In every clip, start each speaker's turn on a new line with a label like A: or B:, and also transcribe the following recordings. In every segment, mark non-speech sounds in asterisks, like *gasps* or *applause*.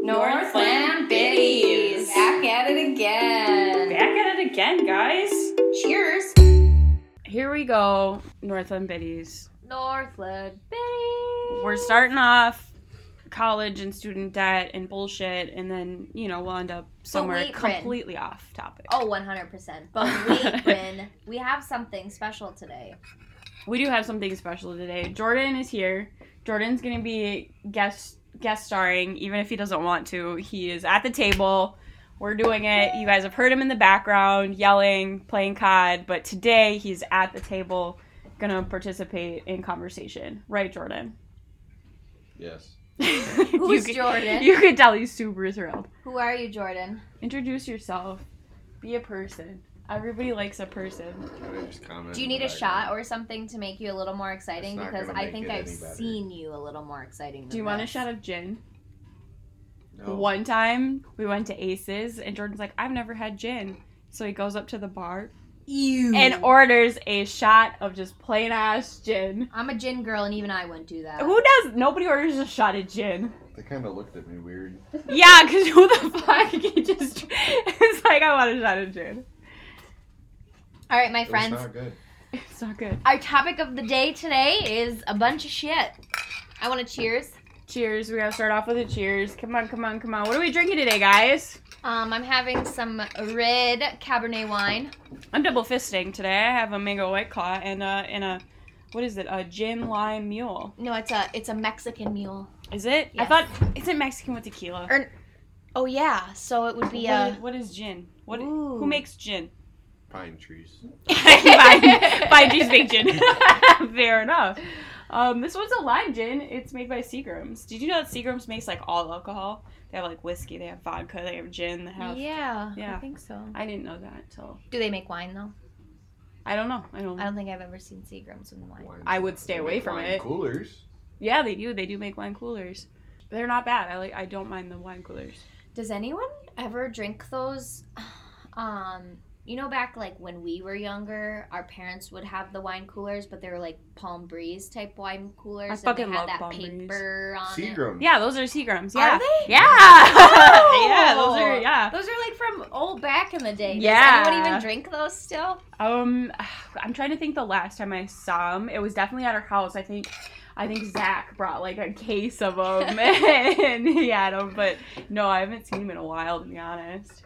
A: Northland Biddies. Back at it again.
B: Back at it again, guys.
A: Cheers.
B: Here we go, Northland Biddies.
A: Northland Biddies.
B: We're starting off college and student debt and bullshit, and then, you know, we'll end up somewhere
A: wait, Bryn.
B: completely off topic.
A: Oh, 100%. But wait,
B: *laughs*
A: Bryn, we have something special today.
B: We do have something special today. Jordan is here. Jordan's going to be guest guest starring even if he doesn't want to. He is at the table. We're doing it. You guys have heard him in the background yelling, playing COD, but today he's at the table going to participate in conversation. Right, Jordan?
C: Yes.
B: *laughs*
A: Who's
B: you could-
A: Jordan?
B: You could tell he's super thrilled.
A: Who are you, Jordan?
B: Introduce yourself. Be a person. Everybody likes a person.
A: Do you need a shot or something to make you a little more exciting?
C: It's not
A: Because
C: gonna
A: I
C: make
A: think
C: it
A: I've
C: any better.
A: seen you a little more exciting.
B: Do you
A: than
B: want a
A: this.
B: shot of gin?
C: No.
B: One time we went to Aces and Jordan's like, I've never had gin. So he goes up to the bar
A: Ew.
B: and orders a shot of just plain ass gin.
A: I'm a gin girl, and even I wouldn't do that.
B: Who does? Nobody orders a shot of gin.
C: They kind of looked at me weird.
B: Yeah, because who the fuck? You just. It's like, I want a shot of gin.
A: All right, my
C: It was
A: friends.
C: not good.
B: It's not good.
A: Our topic of the day today is a bunch of shit. I want to cheers.
B: Cheers. We gotta start off with a cheers. Come on, come on, come on. What are we drinking today, guys?
A: Um, I'm having some red Cabernet wine.
B: I'm double fisting today. I have a mango white claw and a and a what is it? A gin lime mule.
A: No, it's a it's a Mexican mule.
B: Is it? I
A: Yes.
B: thought is it Mexican with tequila?
A: Er, Oh yeah, so it would be
B: What
A: a
B: is- what is gin? What
A: Ooh. *laughs*
B: who *laughs* makes gin?
C: Pine trees.
B: by by G's Big Gin. *laughs* Fair enough. Um, this one's a lime gin. It's made by Seagram's. Did you know that Seagram's makes like all alcohol? They have like whiskey, they have vodka, they have gin, they
A: *laughs*
B: have.
A: yeah, I
B: Yeah.
A: think so.
B: I didn't know that until
A: Do they make wine though?
B: I don't know. I don't.
A: I don't think I've ever seen Seagrams with wine.
C: Wine-
B: I would stay
C: they
B: away
C: make
B: from
C: wine
B: it.
C: Coolers.
B: Yeah, they do. They do make wine coolers. They're not bad. I like. I don't mind the wine coolers.
A: Does anyone ever drink those? *sighs* Um, you know, back like when we were younger, our parents would have the wine coolers, but they were like palm breeze type wine coolers. and
B: fucking
A: they had
B: love
A: that
B: Palm Breeze.
A: paper on it.
C: Seagram.
B: Yeah, those are Seagrams. Yeah.
A: Are they?
B: Yeah.
A: Oh!
B: yeah, *laughs* those are yeah.
A: Those are like from old back in the day. Does
B: Yeah.
A: anyone even drink those still?
B: Um I'm trying to think the last time I saw them. It was definitely at our house. I think I think Zach brought like a case
A: *laughs*
B: of them and he had them, but no, I haven't seen them in a while to be honest.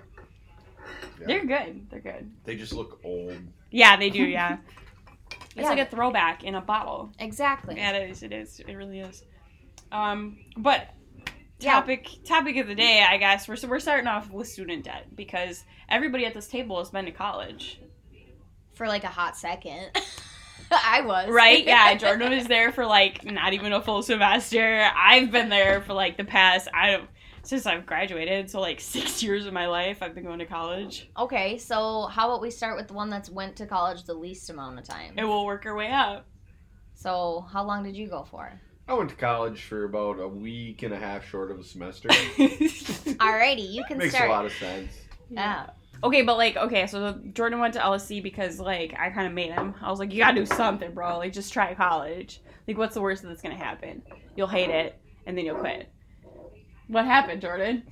C: Yeah.
B: They're good. They're good.
C: They just look old.
B: Yeah, they
A: *laughs*
B: do, yeah. It's
A: Yeah.
B: like a throwback in a bottle.
A: Exactly.
B: Yeah, it is. It is. It really is. Um, but
A: Yeah.
B: topic topic of the day, I guess we're so we're starting off with student debt because everybody at this table has been to college,
A: For like a hot second. *laughs* I was.
B: right?
A: *laughs*
B: Yeah, Jordan was there for like not even a full semester. I've been there for like the past I don't since I've graduated, so like *laughs* six years of my life, I've been going to college,
A: okay, so how about we start with the one that's went to college the least amount of time?
B: and we'll work our way up. *laughs*
A: So how long did you go for?
C: I went to college for about a week and a half short of a semester.
A: Alrighty, you *laughs* can
C: Makes
A: start.
C: a lot of sense.
A: yeah.
B: Okay, but like, okay, so Jordan went to LSC because like I kind of made him. I was like, you gotta do something, bro. Like, just try college. Like, what's the worst that's gonna happen? You'll hate it, and then you'll quit. What happened, Jordan?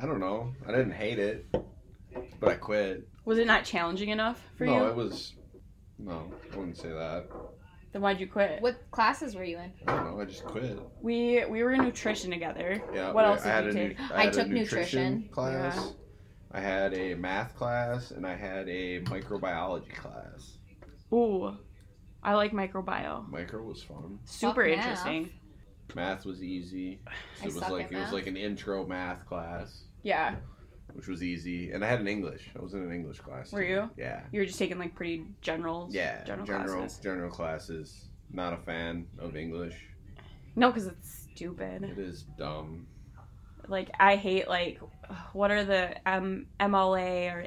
C: I don't know. I didn't hate it, but I quit.
B: Was it not challenging enough for
C: no,
B: you?
C: it was. No, I wouldn't say that.
B: Then why'd you quit?
A: What classes were you in?
C: I don't know. I just quit.
B: We we were in nutrition together.
C: Yeah.
B: What
C: I-
B: else
C: I had
B: did
C: a
B: you
C: nu-
B: take?
C: I, had
A: took
C: a nutrition,
A: nutrition.
C: class.
B: Yeah.
C: I had a math class and I had a microbiology class.
B: Ooh, I like microbiome.
C: Micro was fun.
B: Super
A: math.
B: interesting.
C: Math
B: *sighs*
C: was easy.
A: I
C: It was
A: suck
C: like
A: at
C: it was
A: math.
C: like an intro math class,
B: Yeah,
C: which was easy. And I had an English. I was in an English class.
B: Were
C: too.
B: you?
C: Yeah.
B: you were just taking like pretty general.
C: Yeah.
B: General,
C: general
B: classes. Mm.
C: general classes. Not a fan of English.
B: No, because it's stupid.
C: It is dumb.
B: like I hate like what are the um, MLA or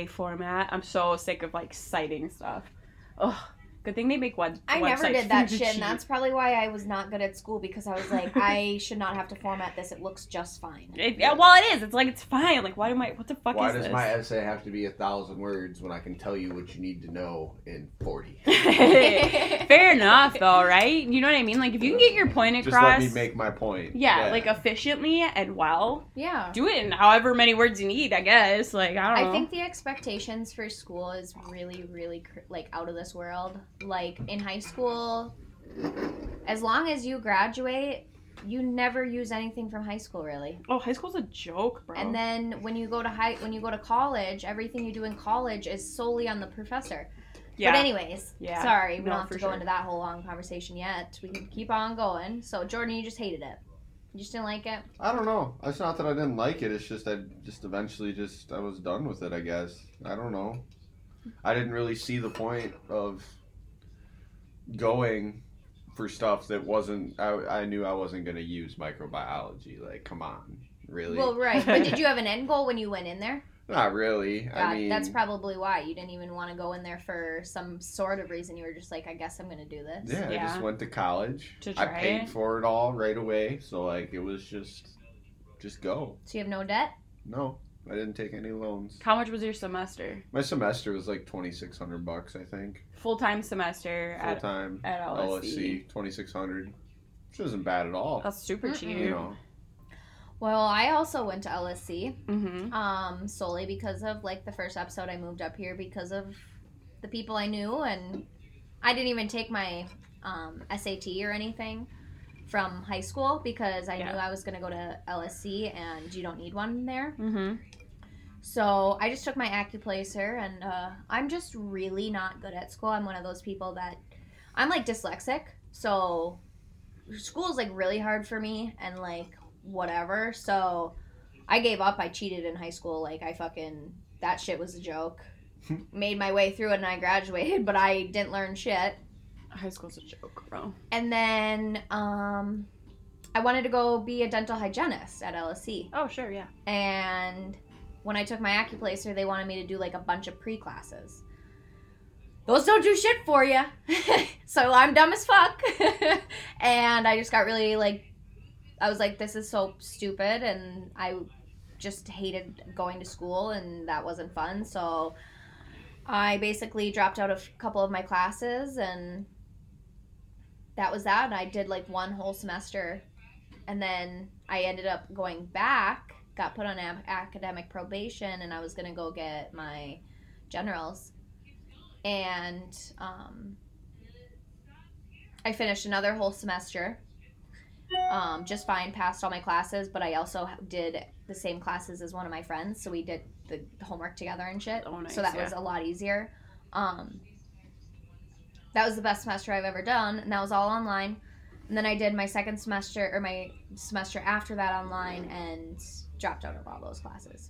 B: APA format? I'm so sick of like citing stuff. Ugh, Good thing they make web-
A: I never
B: websites
A: did that
B: for you
A: shit,
B: to
A: and that's probably why I was not good at school because I was *laughs* like, I should not have to format this. It looks just fine. *laughs*
B: cheat. It, yeah, well, it is. It's like it's fine. Like, why do my what the fuck
C: Why
B: is
C: does
B: this?
C: my
A: *laughs*
C: essay have to be a thousand words when I can tell you what you need to know in forty?
B: *laughs* Fair enough, though, right? You know what I mean? Like, if you can get your point
C: Just
B: across,
C: let me make my point.
B: yeah, like efficiently and well,
A: Yeah.
B: do it in however many words you need. I guess. Like, I don't know.
A: I think the expectations for school is really, really cr- like out of this world. Like in high school, as long as you graduate, you never use anything from high school really.
B: Oh, high school's a joke, bro.
A: And then when you go to high, when you go to college, everything you do in college is solely on the professor.
B: yeah,
A: But anyways,
B: Yeah.
A: sorry, we
B: No,
A: don't have
B: for
A: to go
B: sure.
A: into that whole long conversation yet. We can keep on going. So Jordan, you just hated it. You just didn't like it.
C: I don't know. It's not that I didn't like it. It's just I just eventually just I was done with it. I guess I don't know. I didn't really see the point of going for stuff that wasn't. I I knew I wasn't going to use microbiology. Like, come on, really?
A: Well, right. But did you have an end goal when you went in there?
C: not really. I
A: God,
C: mean,
A: that's probably why you didn't even want to go in there for some sort of reason. You were just like, I guess I'm gonna do this.
C: Yeah, I
B: Yeah.
C: just went to college.
B: To
C: I
B: try
C: paid
B: it.
C: for it all right away, so like it was just just go.
A: So you have no debt.
C: No, I didn't take any loans.
B: how much was your semester?
C: My semester was like 2600 bucks, I think.
B: Full time semester
C: Full
B: at
C: time
B: at LSC.
C: LSC 2600. E, Which isn't bad at all.
B: That's super
A: Mm-mm.
B: cheap.
C: You know.
A: Well, I also went to LSC
B: Mm-hmm.
A: um, solely because of like the first episode. I moved up here because of the people I knew, and I didn't even take my um, SAT or anything from high school because I
B: Yeah.
A: knew I was gonna go to LSC, and you don't need one there.
B: Mm-hmm.
A: So I just took my acuplacer, and uh, I'm just really not good at school. I'm one of those people that I'm like dyslexic, so school is like really hard for me, and like whatever. So I gave up. I cheated in high school. Like I fucking that shit was a joke. Made my way through it, and I graduated, but I didn't learn shit.
B: High school's a joke, bro.
A: And then um, I wanted to go be a dental hygienist at E. LSC.
B: Oh sure, yeah.
A: And when I took my acuplacer, they wanted me to do like a bunch of pre classes. Those don't do shit for you. *laughs* so I'm dumb as fuck. *laughs* and I just got really like, I was like, this is so stupid. And I just hated going to school and that wasn't fun. So I basically dropped out a f- couple of my classes and that was that. And I did like one whole semester and then I ended up going back, got put on am- academic probation, and I was gonna go get my generals, and um, I finished another whole semester, um, just fine, passed all my classes, but I also h- did the same classes as one of my friends, so we did the homework together and shit.
B: Oh, nice,
A: so that
B: yeah.
A: was a lot easier. Um, that was the best semester I've ever done, and that was all online. And then I did my second semester or my semester after that online and dropped out of all those classes.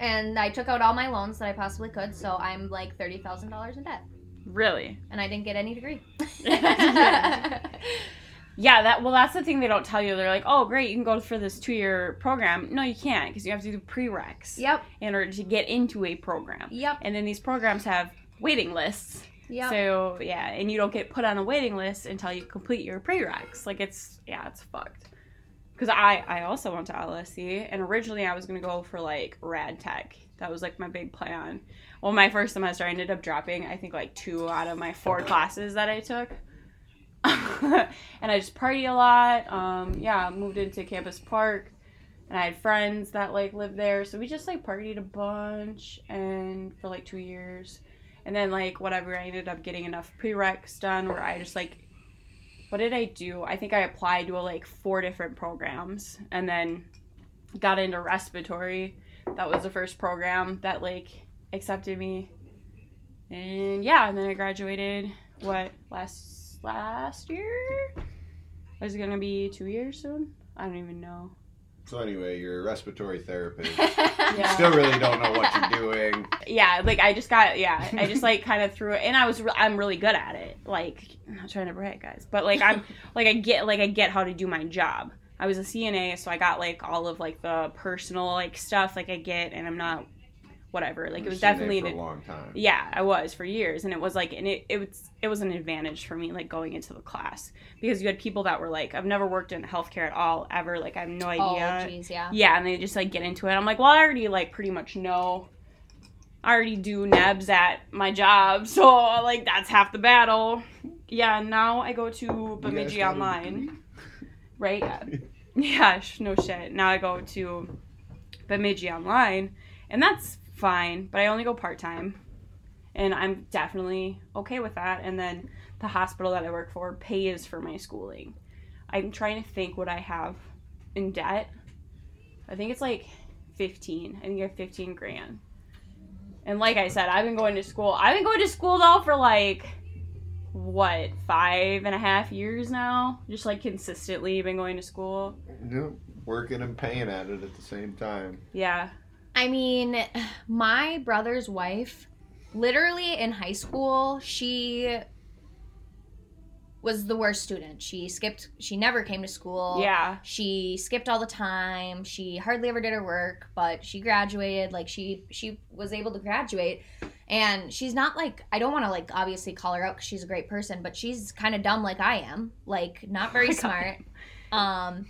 A: And I took out all my loans that I possibly could, so I'm like thirty thousand dollars in debt,
B: Really?
A: and I didn't get any *laughs* degree.
B: Yeah, that well that's the thing they don't tell you. They're like, "Oh, great, you can go for this 2-year program." No, you can't because you have to do prereqs
A: yep,
B: in order to get into a program.
A: yep,
B: And then these programs have waiting lists.
A: yep.
B: So, yeah, and you don't get put on a waiting list until you complete your prereqs. Like it's yeah, it's fucked. Cuz I I also went to LSC and originally I was going to go for like rad tech. That was like my big plan. Well, my first semester I ended up dropping I think like 2 out of my 4 classes that I took. *laughs* and I just party a lot. Um, yeah, moved into Campus Park, and I had friends that like lived there, so we just like partied a bunch, and for like two years, and then like whatever, I ended up getting enough prereqs done where I just like, what did I do? I think I applied to like four different programs, and then got into respiratory. That was the first program that like accepted me, and yeah, and then I graduated what last last year is it gonna be two years soon i don't even know
C: So anyway, you're a respiratory therapist.
A: *laughs* yeah.
C: *laughs* Still really don't know what you're doing.
B: yeah like i just got yeah i just
C: *laughs*
B: like kind of threw it and i was re- i'm really good at it like i'm not trying to brag guys but like
C: *laughs*
B: i'm like i get like i get how to do my job i was a cna so i got like all of like the personal like stuff like i get and i'm not whatever. *laughs* Like
C: I've
B: it was
C: seen that
B: definitely an
C: for a long time.
B: yeah, I was for years, and it was like, and it, it was it was an advantage for me, like going into the class because you had people that were like, I've never worked in healthcare at all, ever, like I have no
A: Oh,
B: idea.
A: jeez, yeah.
B: yeah, and they just like get into it. I'm like, well, I already like pretty much know, I already do nebs at my job, *laughs* so like that's half the battle. Yeah, and now I go to
C: You guys
B: Bemidji
C: got a
B: Online,
C: degree?
B: right? Yeah, sh- no shit. Now I go to Bemidji online, and that's fine, but I only go part time. And I'm definitely okay with that. And then the hospital that I work for pays for my schooling. I'm trying to think what I have in debt. I think it's like 15. I think I have 15 grand. And like I said, I've been going to school. I've been going to school though for like what five and a half years now. Just like consistently been going to school.
C: Yep. Working and paying at it at the same time.
B: Yeah.
A: I mean, my brother's wife, literally in high school, she was the worst student. She skipped, she never came to school.
B: Yeah.
A: She skipped all the time. She hardly ever did her work, but she graduated. Like she she was able to graduate, and she's not like I don't want to like obviously call her out because she's a great person, but she's kind of dumb like I am, like not
B: *laughs*
A: very
B: Oh my God.
A: smart. Um,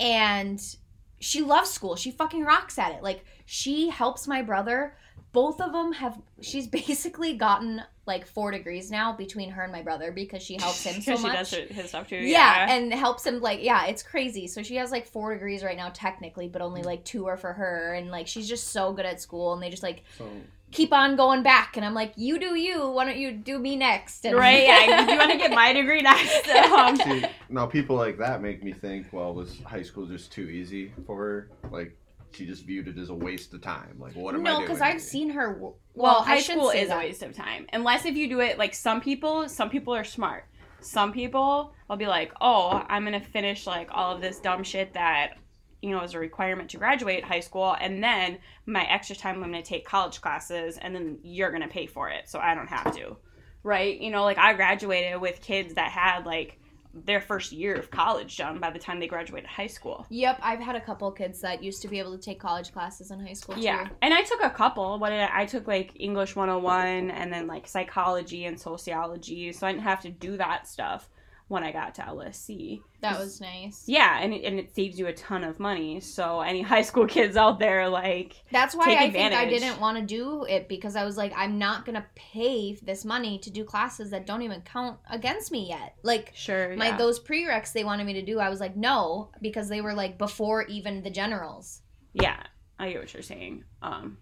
A: and she loves school. She fucking rocks at it. Like she helps my brother. Both of them have. She's *laughs* basically gotten like four degrees now between her and my brother because she helps
B: *laughs*
A: him so
B: she
A: much
B: does her, his stuff too.
A: yeah,
B: Yeah.
A: and helps him like yeah it's crazy so she has like four degrees right now technically but
B: Mm.
A: only like two are for her and like she's just so good at school and they just like
C: So
A: keep on going back and i'm like you do you why don't you do me next and *laughs*
B: right. Yeah. Do you want to get my degree next? Um,
C: see, now people like that make me think, well, was high school just too easy for her? Like she just viewed it as a waste of time. Like what am I
A: no
C: doing?
A: because i've
C: here?
A: seen her well,
B: well,
A: I
B: high
A: shouldn't
B: school
A: say
B: is
A: that.
B: a waste of time unless if you do it like some people. Some people are smart. Some people, I'll be like, oh, I'm gonna finish like all of this dumb shit that you know is a requirement to graduate high school, and then my extra time I'm gonna take college classes, and then you're gonna pay for it, so I don't have to. Right? You know, like I graduated with kids that had like their first year of college done by the time they graduated high school.
A: yep i've had a couple kids that used to be able to take college classes in high school
B: Yeah,
A: too.
B: and I took a couple. What did I, I took like English 101 and then like psychology and sociology, so I didn't have to do that stuff when I got to LSC.
A: that was nice
B: Yeah, and it, and it saves you a ton of money. So any *laughs* high school kids out there, like
A: That's why
B: Take
A: I think I
B: advantage.
A: didn't want to do it because I was like, I'm not gonna pay this money to do classes that don't even count against me yet. Like
B: sure,
A: my
B: yeah.
A: those prereqs they wanted me to do, I was like, no, because they were like before even the generals,
B: yeah, I get what you're saying. Um,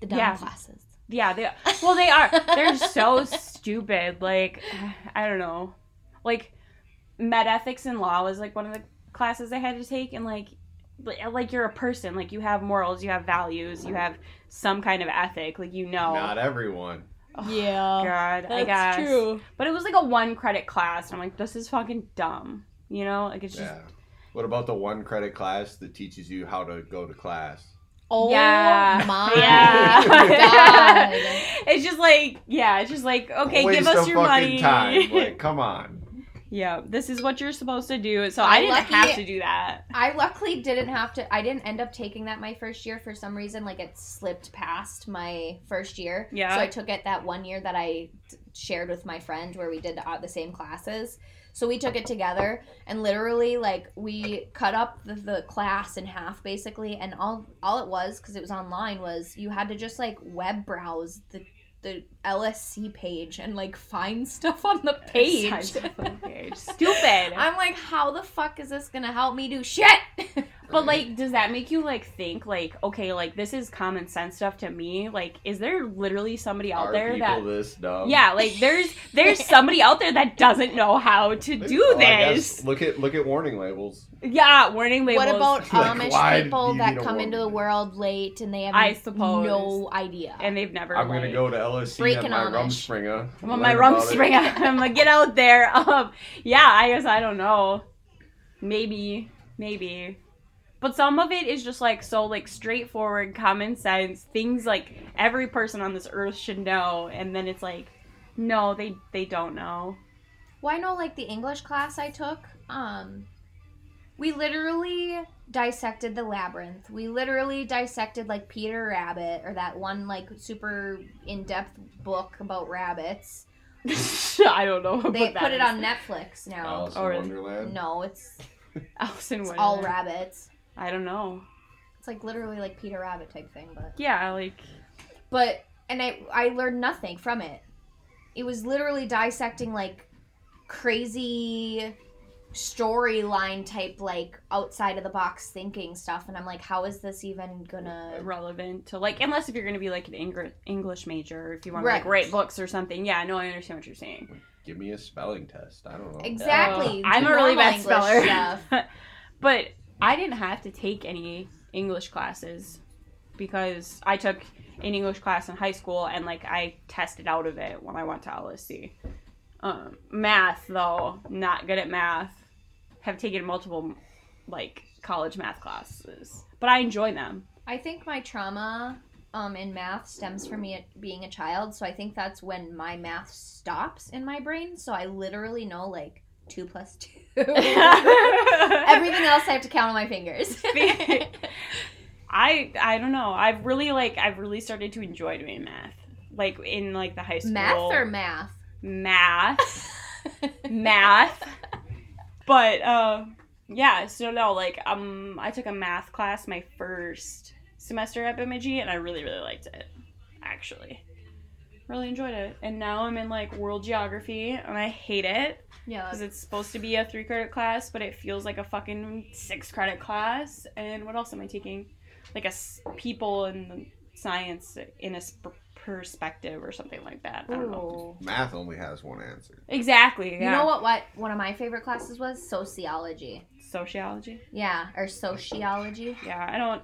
A: the dumb
B: Yeah.
A: classes.
B: yeah, they well they are. They're so stupid. Like I don't know, like med ethics and law was like one of the classes I had to take, and like but, like you're a person, like you have morals, you have values, you have some kind of ethic, like you know.
C: Not everyone.
B: Oh,
A: yeah,
B: God, I guess. But it was like a one credit class, and I'm like, this is fucking dumb. You know, like it's just
C: Yeah. What about the one credit class that teaches you how to go to class?
A: Oh
B: yeah.
A: my *laughs*
B: yeah.
A: Oh, god.
B: *laughs* it's just like, yeah, it's just like, okay,
C: Waste
B: give us
C: of
B: your money.
C: fucking time.
B: *laughs*
C: Like, come on.
B: yeah, this is what you're supposed to do. So
A: I'm
B: I didn't
A: lucky-
B: have to do that. *laughs*
A: I luckily didn't have to. I didn't end up taking that my first year for some reason. Like it slipped past my first year.
B: Yeah.
A: So I took it that one year that I t- shared with my friend where we did uh, the same classes. So we took it together and literally like we cut up the, the class in half basically, and all all it was because it was online was you had to just like web browse the the LSC page and like find *laughs* stuff on the page.
B: *laughs* Page. Stupid.
A: I'm like, how the fuck is this gonna help me do shit? *laughs*
B: But like, does that make you like think like, okay, like this is common sense stuff to me? Like, is there literally somebody out
C: Are
B: there that?
C: people this dumb?
B: Yeah, like there's *laughs* there's somebody out there that doesn't know how to do
C: Well, I guess
B: this.
C: Look at look at warning labels.
B: Yeah, warning labels.
A: What about
C: Like,
A: Amish
C: why do
A: people
C: you
A: that
C: need a
A: come into the
C: woman?
A: world late and they have
B: I suppose.
A: no idea?
B: And they've never.
C: I'm gonna
B: like-
C: go to LSC
A: Freaking
C: on my
A: Amish.
C: rumspringer.
B: I'm on my
C: Learn about
B: rum
C: it.
B: spring. I'm gonna get out there. *laughs* Um, yeah, I guess I don't know. Maybe, maybe. But some of it is just like so, like straightforward, common sense things. Like every person on this earth should know, and then it's like, no, they they don't know. *laughs*
A: well, I know like the English class I took, um, We literally dissected the labyrinth. We literally dissected like Peter Rabbit or that one like super in depth book about rabbits.
B: I don't know.
A: They
B: what that
A: put it
B: is.
A: on Netflix now.
C: Alice
B: Oh,
C: in
B: really?
C: Wonderland.
A: No, it's
B: Alice in
A: it's
B: Wonderland.
A: all rabbits.
B: I don't know.
A: It's like literally like Peter Rabbit type thing, but
B: Yeah, like
A: but and I I learned nothing from it. It was literally dissecting like crazy storyline type like outside of the box thinking stuff and I'm like how is this even gonna
B: relevant to like unless if you're gonna be like an Engr- English major, or if you want to like
A: Right.
B: write books or something. Yeah, no, I understand what you're saying.
C: Give me a spelling test. I don't know.
A: exactly
B: Uh, I'm a really
A: normal
B: bad
A: English
B: *laughs* speller,
A: stuff.
B: but I didn't have to take any English classes because I took an English class in high school and like I tested out of it when I went to LSC. Um, math though, not good at math. Have taken multiple like college math classes, but I enjoy
A: *laughs*
B: them. *laughs*
A: I think my trauma um, in math stems from me being a child, so I think that's when my math stops in my brain. So I literally know like two plus two. Everything else I have to count on my fingers. *laughs*
B: *laughs* I I don't know. I've really like I've really started to enjoy doing math. Like in like the high school
A: math or math?
B: math
A: *laughs*
B: math. But uh, yeah, so no, like um, I took a math class my first semester at Bemidji, and I really really liked it. Actually, really enjoyed it. And now I'm in like world geography, and I hate it
A: yeah.
B: because it's supposed to be a three credit class, but it feels like a fucking six credit class. And what else am I taking? Like a s- people and science in a sp- perspective or something like that. I don't know.
A: Ooh.
C: Math only has one answer.
B: Exactly. Yeah.
A: You know what, what one of my favorite classes was? Sociology.
B: Sociology.
A: Yeah, or sociology.
B: Yeah, I don't.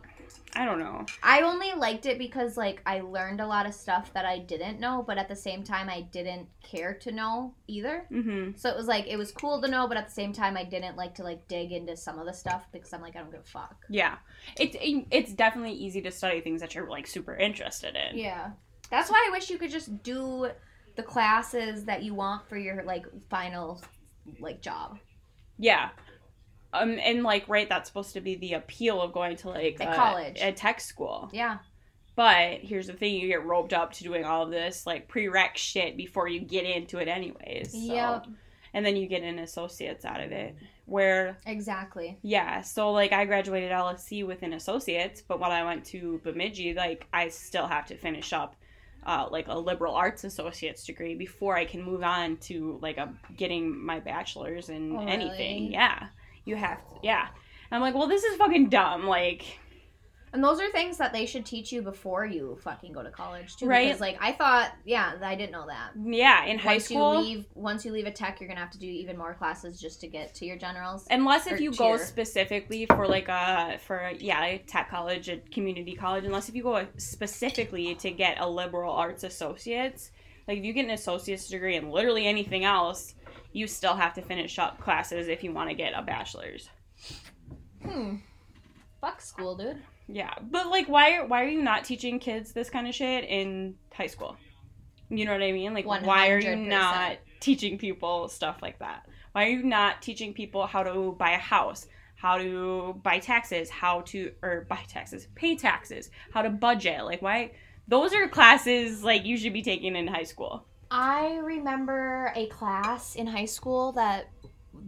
B: I don't know.
A: I only liked it because like I learned a lot of stuff that I didn't know, but at the same time I didn't care to know either.
B: Mm-hmm.
A: So it was like it was cool to know, but at the same time, I didn't like to like dig into some of the stuff because I'm like I don't give a fuck.
B: Yeah, it's it, it's definitely easy to study things that you're like super interested in.
A: Yeah, that's why I wish you could just do the classes that you want for your like final like job.
B: Yeah. Um, and like right, that's supposed to be the appeal of going to like
A: A
B: a-
A: college.
B: a tech school.
A: Yeah,
B: But here's the thing: you get roped up to doing all of this like prereq shit before you get into it, anyways. So.
A: Yep.
B: And then you get an associate's out of it, where
A: exactly.
B: Yeah, so like I graduated LSC with an associate's, but when I went to Bemidji, like I still have to finish up uh, like a liberal arts associate's degree before I can move on to like a getting my bachelor's in
A: Oh,
B: anything.
A: really?
B: Yeah, you have to. Yeah, and I'm like, well, this is fucking dumb. Like,
A: And those are things that they should teach you before you fucking go to college too.
B: Right.
A: Because like I thought, yeah, I didn't know that.
B: yeah, in high
A: once
B: school,
A: you leave, once you leave a tech, you're gonna have to do even more classes just to get to your generals.
B: unless
A: or
B: if you go
A: cheer.
B: specifically for like a for yeah a tech college a community college unless if you go specifically to get a liberal arts associates like if you get an associate's degree in literally anything else you still have to finish up classes if you want to get a bachelor's
A: hmm. Fuck school, dude.
B: yeah but like why are why are you not teaching kids this kind of shit in high school you know what i mean like why are you
A: 100%.
B: not teaching people stuff like that why are you not teaching people how to buy a house how to buy taxes how to or buy taxes pay taxes how to budget like why those are classes like you should be taking in high school
A: I remember a class in high school that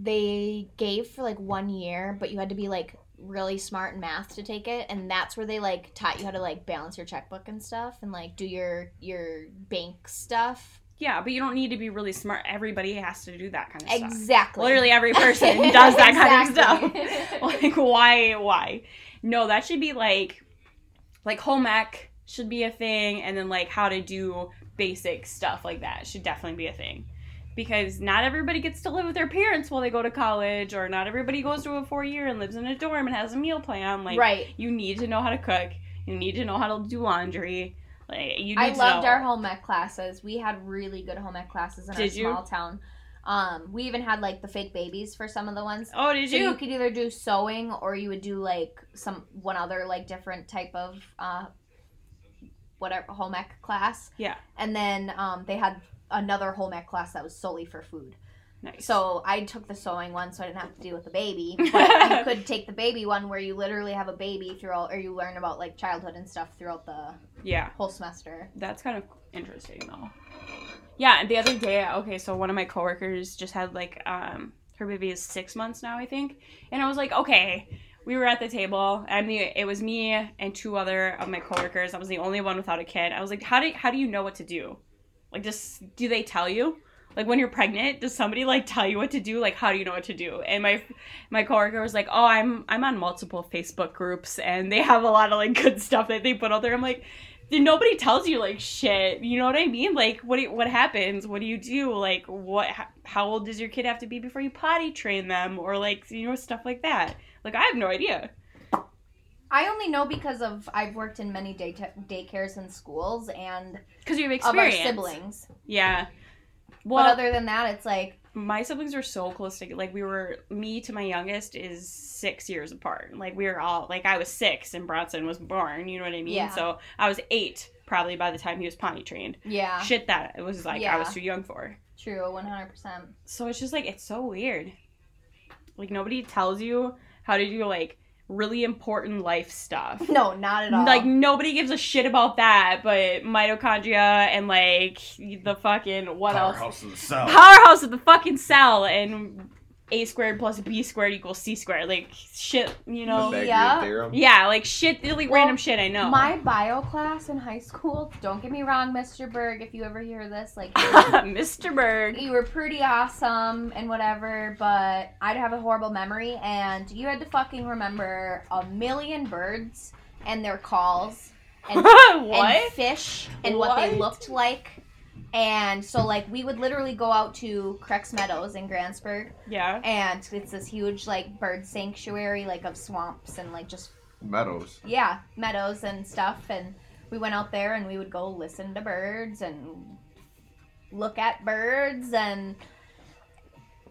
A: they gave for like one year, but you had to be like really smart in math to take it, and that's where they like taught you how to like balance your checkbook and stuff, and like do your your bank stuff.
B: yeah but you don't need to be really smart everybody has to do that kind of stuff
A: Exactly. *laughs*
B: literally every person does that kind of
A: Exactly.
B: stuff *laughs* like why why no that should be like like home ec should be a thing and then like how to do basic stuff like that should definitely be a thing because not everybody gets to live with their parents while they go to college or not everybody goes to a four year and lives in a dorm and has a meal plan like
A: right.
B: you need to know how to cook you need to know how to do laundry like you need
A: I
B: to
A: loved
B: know.
A: our home ec classes. We had really good home ec classes in
B: Did
A: our
B: you?
A: small town. Um, we even had like the fake babies for some of the ones.
B: oh did
A: So
B: you
A: you could either do sewing or you would do like some one other like different type of uh whatever home ec class.
B: Yeah.
A: And then um they had another home ec class that was solely for food.
B: Nice.
A: So I took the sewing one, so I didn't have to deal with the
B: *laughs*
A: baby. But you could take the baby one where you literally have a baby throughout, or you learn about like childhood and stuff throughout the
B: yeah,
A: whole semester.
B: that's kind of interesting though. Yeah, the other day, okay, so one of my coworkers just had like um her baby is six months now, I think, and I was like, okay. We were at the table. I mean, it was me and two other of my coworkers. I was the only one without a kid. I was like, "How do how do you know what to do? Like, just do they tell you? Like when you're pregnant, does somebody like tell you what to do? Like, how do you know what to do?" And my my coworker was like, "Oh, I'm I'm on multiple Facebook groups, and they have a lot of like good stuff that they put out there." I'm like, "Dude, nobody tells you like shit. You know what I mean? Like, what do you, what happens? What do you do? Like, what? How old does your kid have to be before you potty train them, or like you know stuff like that? Like, I have no idea.
A: I only know because of I've worked in many day daycares and schools and
B: Because you have
A: of our
B: experience.
A: siblings.
B: Yeah.
A: But
B: Well,
A: other than that, it's like
B: my siblings are so close to like we were me to my youngest is six years apart like we were all like i was six and bronson was born you know what i mean
A: Yeah.
B: so i was eight probably by the time he was potty trained
A: yeah,
B: shit that it was like i was
A: Yeah.
B: too young for
A: true, one hundred percent. *laughs*
B: so it's just like it's so weird like nobody tells you how to do like really important life stuff
A: No, *laughs* not at all.
B: like nobody gives a shit about that but mitochondria and like the fucking what else
C: Powerhouse of the South.
B: powerhouse of the fucking cell and a squared plus b squared equals c squared like shit you know
C: Pythagorean
A: Yeah.
C: theorem.
B: yeah like shit like
A: Well,
B: random shit i know *laughs*
A: My bio class in high school, don't get me wrong, Mr. Berg, if you ever hear this,
B: *laughs*
A: like *laughs*
B: mr berg
A: you were pretty awesome and whatever, but I'd have a horrible memory and you had to fucking remember a million birds and their calls and and
B: *laughs* what
A: fish and what? they
B: What?
A: looked like. And so like we would literally go out to Crex Meadows in Grantsburg
B: yeah
A: and it's this huge like bird sanctuary like of swamps and like just
C: Meadows.
A: yeah, meadows and stuff. And we went out there and we would go listen to birds and look at birds and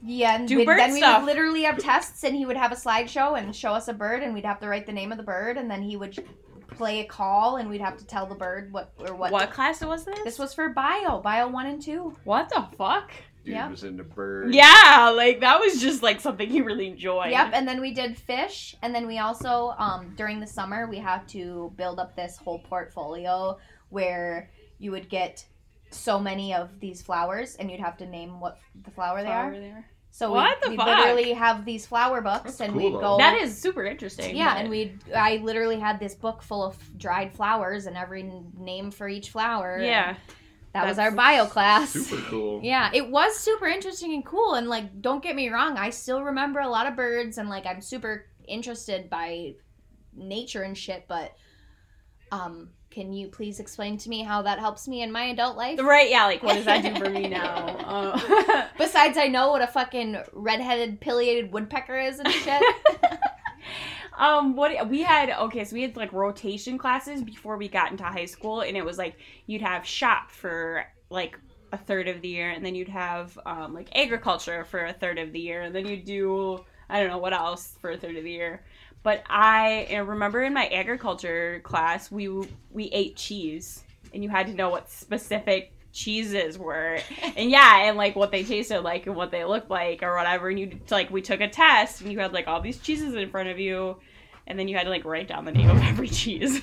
A: yeah. And
B: Do
A: we'd-
B: bird
A: then
B: stuff.
A: we would literally have tests, and he would have a slideshow and show us a bird, and we'd have to write the name of the bird, and then he would play a call, and we'd have to tell the bird what or what.
B: what, class was this
A: This was for bio, bio one and two.
B: what the fuck
C: Dude
A: Yeah.
C: was into birds.
B: yeah like that was just like something he really enjoyed
A: Yep, and then we did fish, and then we also um, during the summer we have to build up this whole portfolio where you would get so many of these flowers, and you'd have to name what the flower they are.
B: Over there.
A: So
B: What
A: we,
B: the
A: we
B: fuck?
A: literally have these flower books,
C: That's
A: and
C: cool,
A: we'd
C: though.
A: go.
B: that is super interesting
A: yeah,
B: but-
A: and we I literally had this book full of dried flowers and every n- name for each flower. and *laughs*
B: yeah
A: that was
B: that's
A: our bio class.
C: Super cool.
A: Yeah, it was super interesting and cool. And like, don't get me wrong, I still remember a lot of birds, and like, I'm super interested by nature and shit. But, um, can you please explain to me how that helps me in my adult life?
B: right yeah like what does that do for
A: *laughs*
B: me now uh, *laughs*
A: Besides, I know what a fucking redheaded pileated woodpecker is and shit.
B: Um, what we had okay, so we had like rotation classes before we got into high school, and it was like you'd have shop for like a third of the year, and then you'd have um, like agriculture for a third of the year, and then you'd do I don't know what else for a third of the year. But I and remember in my agriculture class, we we ate cheese, and you had to know what specific cheeses were and yeah, and like what they tasted like and what they looked like or whatever. And you like we took a test and you had like all these cheeses in front of you, and then you had to like write down the name of every *laughs* cheese.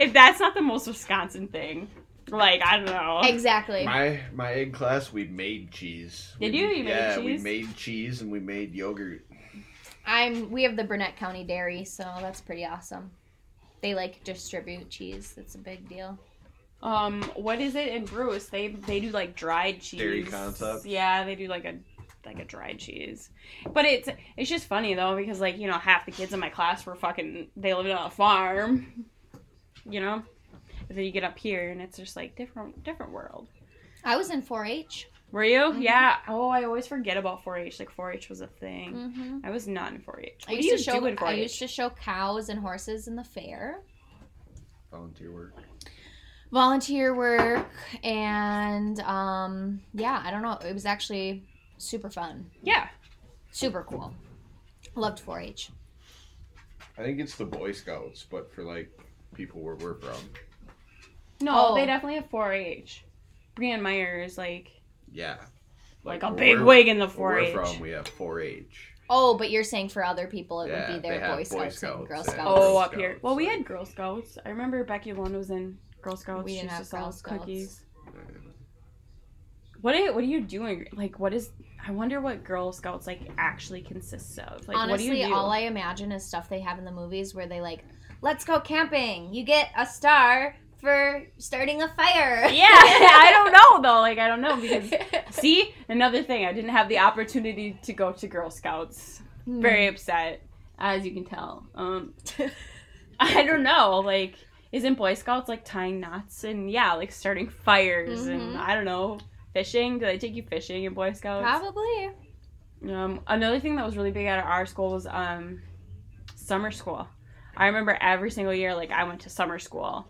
B: if that's not the most Wisconsin thing, like I don't know.
A: exactly.
C: My my egg class, we made cheese.
B: Did
C: We-
B: you? You made
C: yeah, we
B: cheese?
C: made cheese and we made yogurt.
A: I'm. We have the Burnett County Dairy, so that's pretty awesome. They like distribute cheese. That's a big deal.
B: Um, what is it in Bruce? They they do like dried cheese.
C: Dairy concepts.
B: Yeah, they do like a like a dried cheese. But it's it's just funny though because like you know half the kids in my class were fucking they lived on a farm, you know. And then you get up here and it's just like different different world.
A: I was in 4-H.
B: Were you?
A: Mhm.
B: Yeah. Oh, I always forget about 4-H. Like 4-H was a thing.
A: Mm-hmm.
B: I was not in 4-H.
A: I
B: What
A: used
B: do you
A: to show
B: do in 4-H?
A: I used to show cows and horses in the fair,
C: Volunteer work.
A: volunteer work, and um, yeah, I don't know. It was actually super fun,
B: yeah.
A: super cool. Loved 4-H.
C: I think it's the Boy Scouts, but for like people where we're from.
B: No,
A: Oh.
B: they definitely have 4-H. Brian Meyer is like
C: Yeah.
B: like, a
C: where
B: big
C: we're-
B: wig in the
C: where
B: 4-H.
C: We're from we have 4-H.
A: Oh, but you're saying for other people it
C: Yeah,
A: would be
C: they
A: their
C: have
A: Boy
C: Boy
A: Scouts, and
C: Scouts
A: Girl
C: and
A: Scouts.
B: Oh,
C: Girl
B: up here.
C: Scouts,
B: Well, we
C: like-
B: had Girl Scouts. I remember Becky Lund was in Girl Scouts.
A: We
B: She
A: didn't
B: used to
A: have
B: sell
A: Girl
B: us
A: Scouts.
B: cookies. What are, what are you doing? Like, what is? I wonder what Girl Scouts like actually consists of. Like,
A: Honestly,
B: what do you do?
A: all I imagine is stuff they have in the movies where they like, let's go camping. You get a star for starting a fire.
B: *laughs* yeah, I don't know though. Like, I don't
A: *laughs*
B: know because see another thing. I didn't have the opportunity to go to Girl Scouts.
A: Hmm.
B: Very upset, as you can tell.
A: *laughs*
B: Um, I don't know. Like, isn't Boy Scouts like tying knots and yeah, like starting fires and
A: Mhm.
B: I don't know fishing? Do they take you fishing in Boy Scouts?
A: Probably.
B: Um, another thing that was really big at our school was um, summer school. I remember every single year, like I went to summer school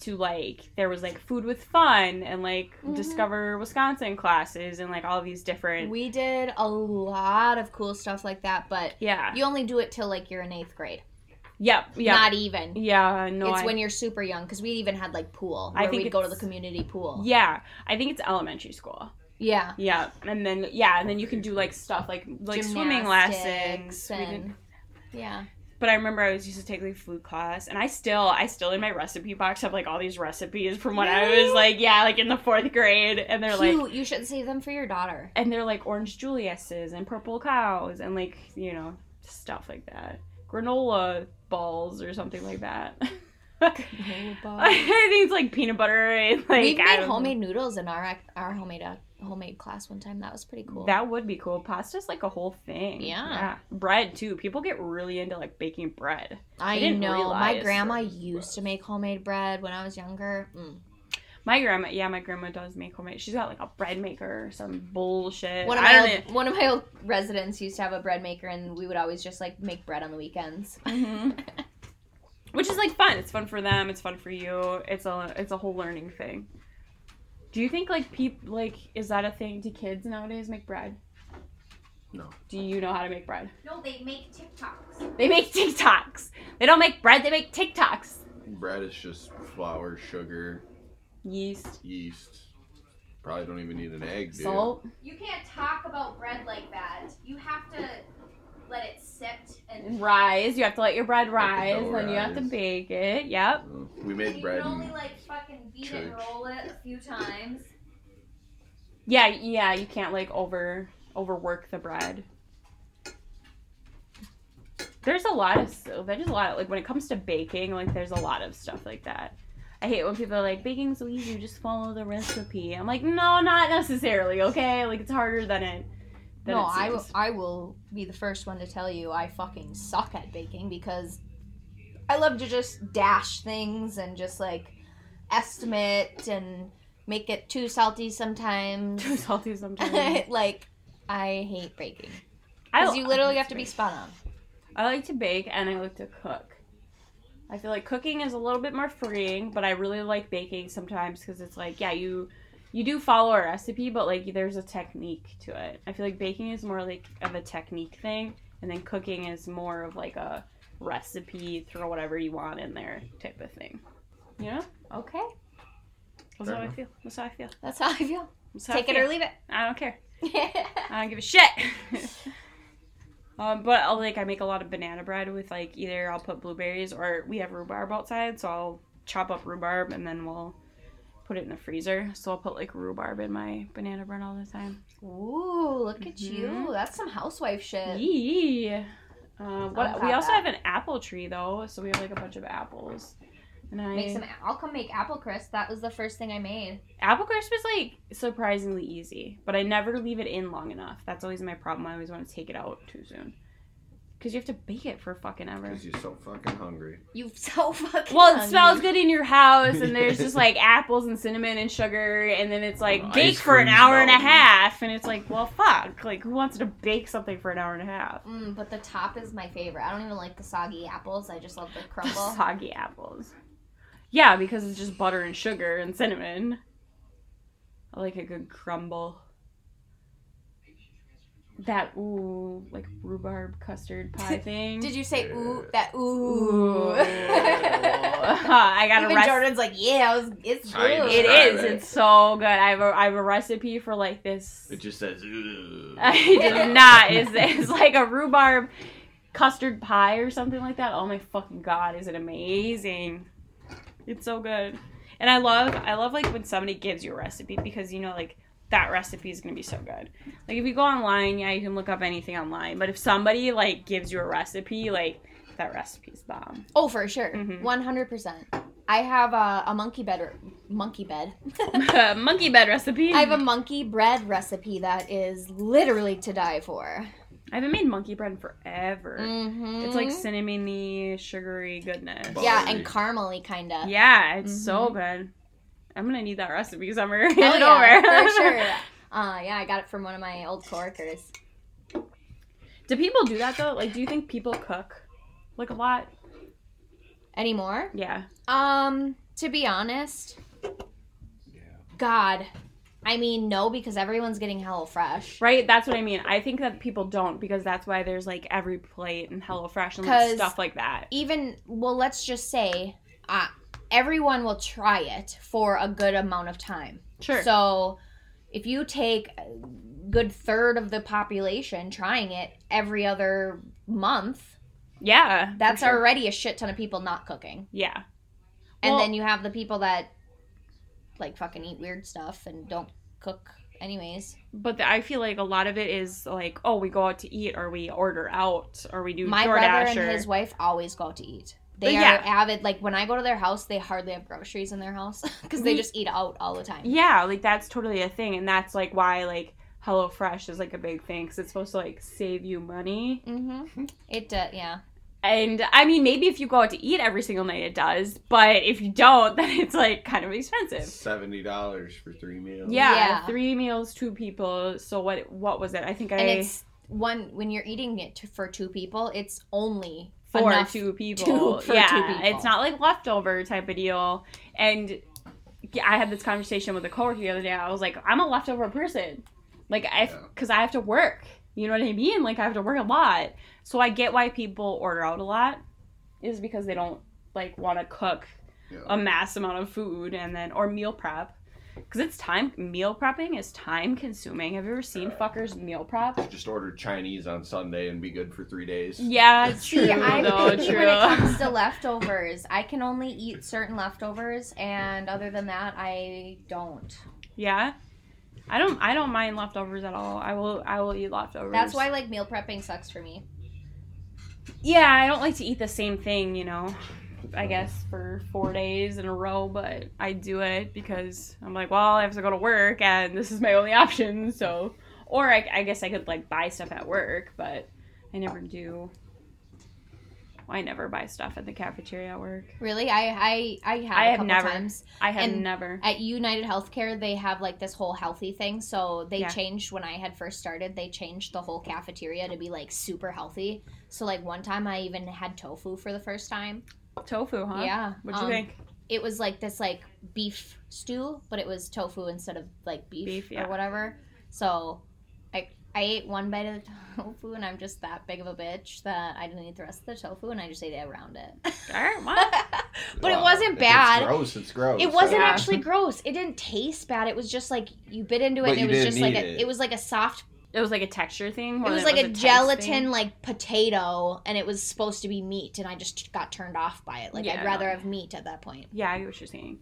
B: to like there was like food with fun and like
A: Mhm.
B: discover Wisconsin classes and like all these different
A: We did a lot of cool stuff like that, but
B: yeah
A: you only do it till like you're in eighth grade.
B: yep yeah
A: Not even.
B: yeah no
A: it's
B: I,
A: when you're super young because we even had like pool.
B: I
A: Where
B: think
A: we'd go to the
B: it's-
A: community pool.
B: yeah I think it's elementary school
A: Yeah.
B: yeah and then yeah and then you can do like stuff like like swimming lessons
A: Gymnastics
B: We did-
A: and yeah.
B: But I remember I was used to take like food class, and I still, I still in my recipe box have like all these recipes from when I was
A: Really?
B: like, yeah, like in the fourth grade, and they're
A: Cute.
B: like,
A: you should save them for your daughter.
B: and they're like orange Julius's and purple cows and like you know stuff like that, granola balls or something like that. *laughs* *laughs* I think it's like peanut butter and like
A: We've made
B: I don't know.
A: homemade noodles in our our homemade uh, homemade class one time. That was pretty cool.
B: That would be cool. Pasta's like a whole thing.
A: Yeah.
B: Bread too. People get really into like baking bread. I
A: I
B: didn't
A: know.
B: realize
A: My grandma
C: bread was
A: used to
C: bread.
A: make homemade bread when I was younger. Mm.
B: My grandma, yeah, my grandma does make homemade. She's got like a bread maker or some bullshit.
A: One of
B: I
A: my
B: don't
A: old, one of my old residents used to have a bread maker, and we would always just like make bread on the
B: *laughs*
A: weekends.
B: know. Mhm. Which is like fun. It's fun for them. It's fun for you. It's a it's a whole learning thing. Do you think like peep like is that a thing? Do kids nowadays make bread?
C: No.
B: Do you know how to make bread?
A: No, they make TikToks.
B: They make TikToks. They don't make bread. They make TikToks.
C: Bread is just flour, sugar,
B: Yeast,
C: yeast. Probably don't even need an egg, dude.
B: salt.
A: You can't talk about bread like that. You have to let it sit
B: rise. You have to let your bread
C: Let the
B: rise,
C: dough
B: then you have to
C: rise.
B: bake it. Yep.
C: No. Uh, We made bread and
A: like fucking beat
C: it and church. roll
A: it a few times.
B: Yeah, yeah, you can't like over overwork the bread. There's a lot of so there's a lot like when it comes to baking, like there's a lot of stuff like that. I hate when people are like baking's so easy, you just follow the recipe. I'm like, no, not necessarily. Okay, like it's harder than it. Than
A: No,
B: it
A: I will,
B: seems.
A: I will be the first one to tell you I fucking suck at baking because I love to just dash things and just like estimate and make it too salty sometimes. *laughs*
B: too *laughs* salty sometimes.
A: like, I hate baking.
B: I-
A: Because you literally have to be spun on.
B: I like to bake and I like to cook. I feel like cooking is a little bit more freeing, but I really like baking sometimes because it's like, yeah, you you do follow a recipe, but like there's a technique to it. I feel like baking is more like of a technique thing, and then cooking is more of like a recipe, throw whatever you want in there type of thing. You know?
A: Okay,
B: That's
C: Fair
B: how I
C: enough.
B: feel. That's how I feel.
A: that's how I feel.
B: That's how I
A: Take it
B: feel.
A: or leave
B: I don't care.
A: it. *laughs*
B: I don't give a shit. um, but I'll like I make a lot of banana bread with like either I'll put blueberries or we have rhubarb outside, so I'll chop up rhubarb and then we'll put it in the freezer. So I'll put like rhubarb in my banana bread all the time.
A: Ooh, look at
B: Mhm.
A: you. That's some housewife shit.
B: Yee. Uh, what
A: about
B: we also
A: that.
B: have an apple tree though, so we have like a bunch of apples. And I
A: Make some. I'll come make apple crisp. That was the first thing I made.
B: apple crisp is like surprisingly easy, but I never leave it in long enough. That's always my problem. I always want to take it out too soon. Cause you have to bake it for fucking ever.
C: because you're so fucking hungry.
A: You *laughs* so fucking.
B: Well, it
A: hungry.
B: smells good in your house, and there's
A: *laughs*
B: just like apples and cinnamon and sugar, and then it's like
C: Ice
B: bake for an
C: cream's
B: hour and a
C: melting.
B: half, and it's like, well, fuck, like who wants to bake something for an hour and a half?
A: Mm, but the top is my favorite. I don't even like the soggy apples. I just love the
B: The
A: crumble.
B: *laughs* soggy apples. Yeah, because it's just butter and sugar and cinnamon. I like a good crumble. that ooh like rhubarb custard pie
A: *laughs*
B: thing.
A: Did you say ooh? That
B: Ooh. *laughs*
A: ooh.
B: I got a
A: Even
B: recipe.
A: Jordan's like, yeah, it was, it's
C: Trying to
A: good.
B: It
C: Describe
B: is.
C: it.
B: It's so good. I have a, I have a recipe for like this.
C: It just says. "Ooh."
B: *laughs* It does
C: *laughs*
B: not. It's, it's like a rhubarb custard pie or something like that. Oh my fucking god! Is it amazing? It's so good. And I love I love like when somebody gives you a recipe because you know like that recipe is gonna be so good. Like if you go online, yeah, you can look up anything online. But if somebody like gives you a recipe, like that recipe's bomb. *laughs*
A: Oh, for sure,
B: Mhm.
A: one hundred percent. I have a, a monkey bed, or monkey bed. *laughs*
B: Monkey bed recipe.
A: I have a monkey bread recipe that is literally to die for.
B: I haven't made monkey bread in forever.
A: Mm-hmm.
B: It's like cinnamony, sugary goodness.
C: Bomb.
A: yeah, and caramely kind of.
B: Yeah,
A: Mm-hmm.
B: it's so good. I'm gonna need that recipe somewhere. Hand it
A: Oh, yeah,
B: over. *laughs*
A: for sure. Uh, yeah, I got it from one of my old coworkers.
B: Do people do that though? Like, do you think people cook like a lot?
A: Anymore?
B: Yeah.
A: Um, to be honest, God, I mean no, because everyone's getting HelloFresh.
B: Right. That's what I mean. I think that people don't because that's why there's like every plate and HelloFresh and like,
A: 'Cause-
B: stuff like that.
A: Even well, let's just say, uh, everyone will try it for a good amount of time.
B: Sure.
A: So, if you take a good third of the population trying it every other month,
B: yeah. for
A: that's
B: sure.
A: already a shit ton of people not cooking.
B: Yeah.
A: And
B: Well-
A: then you have the people that like fucking eat weird stuff and don't cook anyways.
B: But the, I feel like a lot of it is like, oh, we go out to eat or we order out or we do
A: My
B: DoorDash
A: brother
B: or
A: and his wife always go out to eat. They
B: Yeah.
A: are avid. Like when I go to their house, they hardly have groceries in their house *laughs* because they
B: We-
A: just eat out all the time.
B: Yeah, like that's totally a thing, and that's like why like HelloFresh is like a big thing because it's supposed to like save you money.
A: Mm-hmm. It uh, yeah.
B: And I mean, maybe if you go out to eat every single night, it does. But if you don't, *laughs* then it's like kind of expensive.
C: Seventy dollars for three meals.
B: Yeah,
A: Yeah.
B: three meals, two people. So what? What was it? I think I
A: And it's one when you're eating it t- for two people, it's only
B: for
A: enough. *laughs*
B: two people.
A: two- for
B: yeah,
A: two people.
B: it's not like leftover type of deal. And yeah, I had this conversation with a coworker the other day. I was like, I'm a leftover person, like I,
C: Yeah.
B: because I have to work. You know what I mean? Like I have to work a lot, so I get why people order out a lot, is because they don't like want to cook
C: Yeah.
B: a mass amount of food and then or meal prep. Cause it's time meal prepping is time consuming. Have you ever seen fuckers meal prep?
C: Just order Chinese on Sunday and be good for three days.
B: Yeah, it's *laughs* true.
A: See, I'm
B: though,
A: picky
B: true.
A: *laughs* when it comes
B: *laughs*
A: to leftovers. I can only eat certain leftovers, and other than that, I don't.
B: Yeah. I don't I don't mind leftovers at all. I will I will eat leftovers.
A: That's why like meal prepping sucks for me.
B: Yeah, I don't like to eat the same thing, you know. I guess for 4 days in a row, but I do it because I'm like, well, I have to go to work and this is my only option, so or I, I guess I could like buy stuff at work, but I never do. I never buy stuff at the cafeteria at work.
A: Really, I I I have.
B: I
A: a
B: have
A: couple
B: never.
A: Times.
B: I have
A: And-
B: never.
A: At United Healthcare, they have like this whole healthy thing. So they
B: Yeah.
A: changed when I had first started. They changed the whole cafeteria to be like super healthy. So like one time, I even had tofu for the first time.
B: Tofu, huh?
A: Yeah.
B: What do you
A: um,
B: think?
A: it was like this like beef stew, but it was tofu instead of like beef,
B: Beef, yeah.
A: or whatever. So I I ate one bite of the *laughs* tofu and I'm just that big of a bitch that I didn't eat the rest of the tofu and I just ate it around it.
B: All right, well,
A: *laughs* but it
C: Wow. If
A: wasn't bad.
C: It's gross. It's gross.
A: It wasn't
B: Yeah.
A: actually gross. It didn't taste bad. It was just like you bit into it
C: But
A: and it
C: you
A: was
C: didn't
A: just like
C: eat
A: a
C: it.
A: it. was like a soft
B: it was like a texture thing. more
A: it was
B: than
A: like a
B: taste
A: gelatin
B: thing.
A: like potato and it was supposed to be meat and I just got turned off by it. Like
B: Yeah,
A: I'd rather
B: no.
A: have meat at that point.
B: Yeah, I get what you're saying.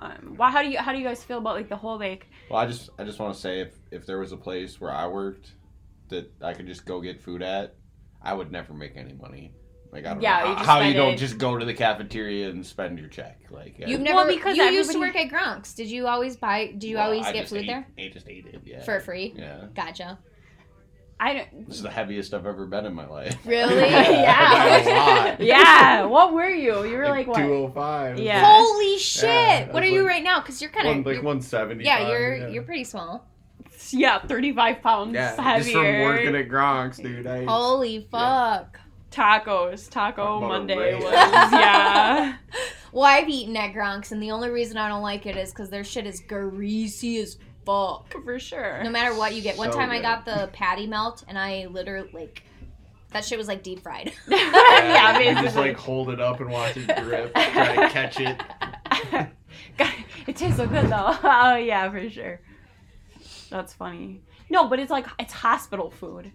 B: Um, well, how do you how do you guys feel about like the whole like?
C: Well, I just I just want to say if if there was a place where I worked that I could just go get food at, I would never make any money. Like I don't
B: Yeah,
C: know
B: you
C: how-
B: just
C: how you
B: spend
C: don't
B: it.
C: just go to the cafeteria and spend your check. Like
A: You've
C: I-
A: never
B: Well, because
A: you used to work
B: everybody-
A: at Gronk's. Did you always buy? Did you
C: well,
A: always
C: I
A: get
C: just
A: food
C: ate-
A: there
C: I just ate it. Yeah.
A: for free?
C: yeah.
A: Gotcha.
B: I
C: *laughs*
B: don't.
C: This is the heaviest I've ever been in my life.
A: *laughs* Really?
C: *laughs*
B: Yeah.
C: By
A: *laughs*
C: a lot.
B: Yeah, what were you? You were like, what?
C: two oh five.
B: Yeah.
A: Holy shit!
C: that's
A: what are you
C: like-
A: right now? Because you're kind
C: like
A: of
C: one seventy.
A: yeah, you're you're pretty small.
B: Yeah, thirty five pounds heavier.
C: just from working at Gronk's, dude. I,
A: Holy fuck!
B: tacos, Taco
C: About a
B: Monday
C: raise.
B: was
C: *laughs*
B: yeah.
A: Well, I've eaten at Gronk's, and the only reason I don't like it is because their shit is greasy as
B: bulk for sure.
A: No matter what you get. One
C: So
A: time I
C: good.
A: got the patty melt and I literally like that shit was like deep fried.
B: *laughs*
A: *laughs*
B: yeah,
C: you
B: basically.
C: just like hold it up and watch it drip, try to catch it.
B: God, *laughs* it tastes so good though. *laughs* Oh yeah, for sure. That's funny. No, but it's like it's hospital food.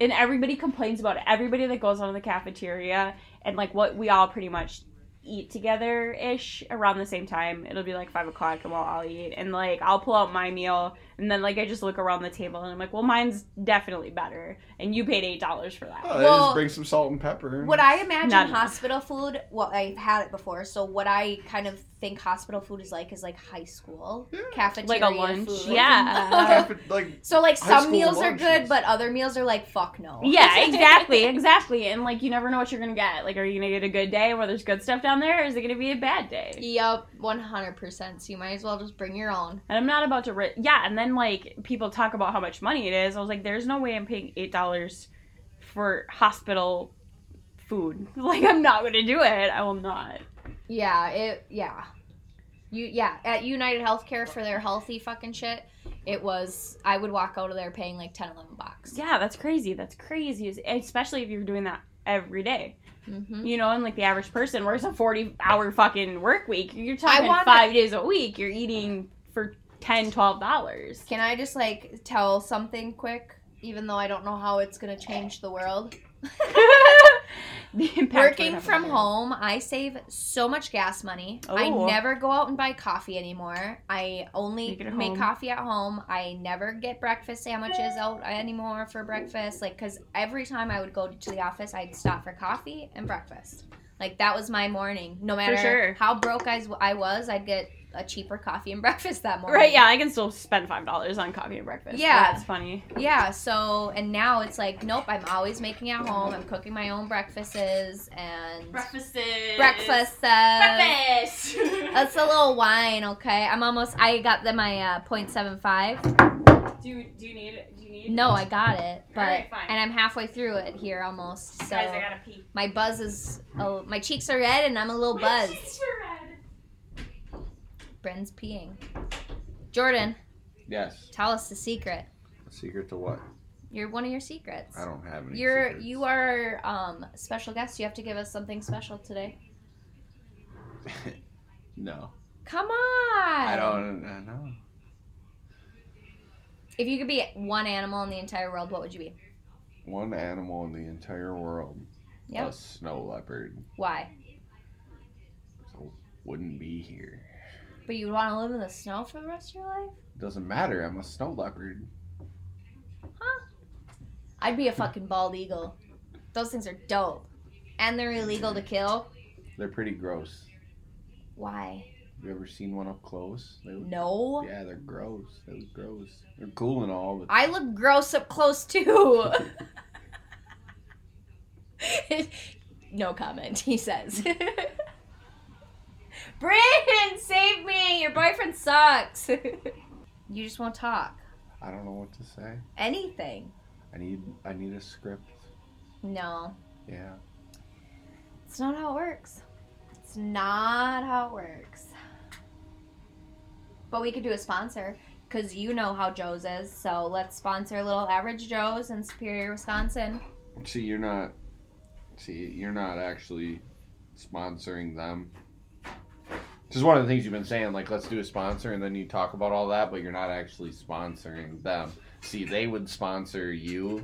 B: And everybody complains about it. Everybody that goes on the cafeteria and like what we all pretty much eat together ish around the same time. It'll be like five o'clock and we'll all eat. And like I'll pull out my meal and then like I just look around the table and I'm like, well mine's definitely better. And you paid eight dollars for that.
C: Oh, they
A: Well,
C: just bring some salt and pepper.
A: What I imagine
B: Not enough.
A: hospital food, well, I've had it before, so what I kind of think hospital food is like is like high school
C: Yeah.
A: cafeteria
B: Hmm.
A: *laughs*
B: lunch,
A: food.
B: yeah.
C: Half it- like
A: so like
C: High
A: some
C: school
A: meals are
C: lunch
A: good,
C: is-
A: but other meals are like fuck
B: *laughs*
A: no. *laughs*
B: Yeah, exactly, exactly. And like you never know what you're gonna get. Like, are you gonna get a good day where there's good stuff down there, or is it gonna be a bad day?
A: Yep, one hundred percent. So you might as well just bring your own.
B: And I'm not about to. Ri- yeah, and then like people talk about how much money it is. I was like, there's no way I'm paying eight dollars for hospital food. *laughs* Like, I'm not gonna do it. I will not.
A: Yeah, it yeah. You yeah, at United Healthcare for their healthy fucking shit, it was I would walk out of there paying like 10 11 bucks.
B: Yeah, that's crazy. That's crazy, especially if you're doing that every day.
A: Mhm.
B: You know, and like the average person works a 40 hour fucking work week. You're talking
A: want
B: five days a week. You're eating for 10 dollars.
A: Can I just like tell something quick even though I don't know how it's going to change the world?
B: *laughs* The impact
A: Working
B: would have
A: from
B: on
A: home, I save so much gas money. I
B: Oh.
A: never go out and buy coffee anymore. I only
B: Make it at
A: make
B: home.
A: coffee at home. I never get breakfast sandwiches out anymore for breakfast. Like, because every time I would go to the office, I'd stop for coffee and breakfast. Like, that was my morning. No matter
B: sure.
A: how broke I, I was, I'd get a cheaper coffee and *laughs* breakfast that
B: you.
A: morning.
B: Right, yeah, I can still spend five dollars on coffee and breakfast.
A: Yeah.
B: That's funny.
A: Yeah, so and now it's like, nope, I'm always making at home. I'm cooking my own breakfasts and
B: Breakfast
A: breakfasts.
B: Breakfast
A: *laughs* That's a little wine, okay? I'm almost I got the my uh 0.75.
B: do, do you need do you need
A: No, I got it, but
B: Alright, fine.
A: and I'm halfway through it here almost. So
B: gotta pee.
A: my buzz is oh, my cheeks are red and I'm a little buzzed. Bren's peeing. Jordan,
C: yes.
A: tell us the secret.
C: Secret to what?
A: You're one of your secrets.
C: I don't have any.
A: You're
C: secrets.
A: you are um special guest. You have to give us something special today.
C: no,
A: Come on.
C: I don't I know.
A: If you could be one animal in the entire world, what would you be?
C: One animal in the entire world.
A: Yep.
C: A snow leopard
A: Why?
C: wouldn't be here.
A: But you would want to live in the snow for the rest of your life?
C: Doesn't matter. I'm a snow leopard.
A: I'd be a fucking bald eagle. Those things are dope. And they're illegal to kill.
C: They're pretty gross.
A: Why?
C: You ever seen one up close? They look-
A: No.
C: Yeah, they're gross. They look gross. They're cool and all, but
A: I look gross up close too. *laughs* no comment, he says. *laughs* Brandon, save me! Your boyfriend sucks. *laughs* you just won't talk.
C: I don't know what to say.
A: Anything.
C: I need I need a script.
A: No.
C: Yeah.
A: It's not how it works. It's not how it works. But we could do a sponsor because you know how Joe's is. So let's sponsor Little Average Joe's in Superior, Wisconsin.
C: See, you're not. See, you're not actually sponsoring them. This is one of the things you've been saying, like, let's do a sponsor, and then you talk about all that, but you're not actually sponsoring them. See, they would sponsor you,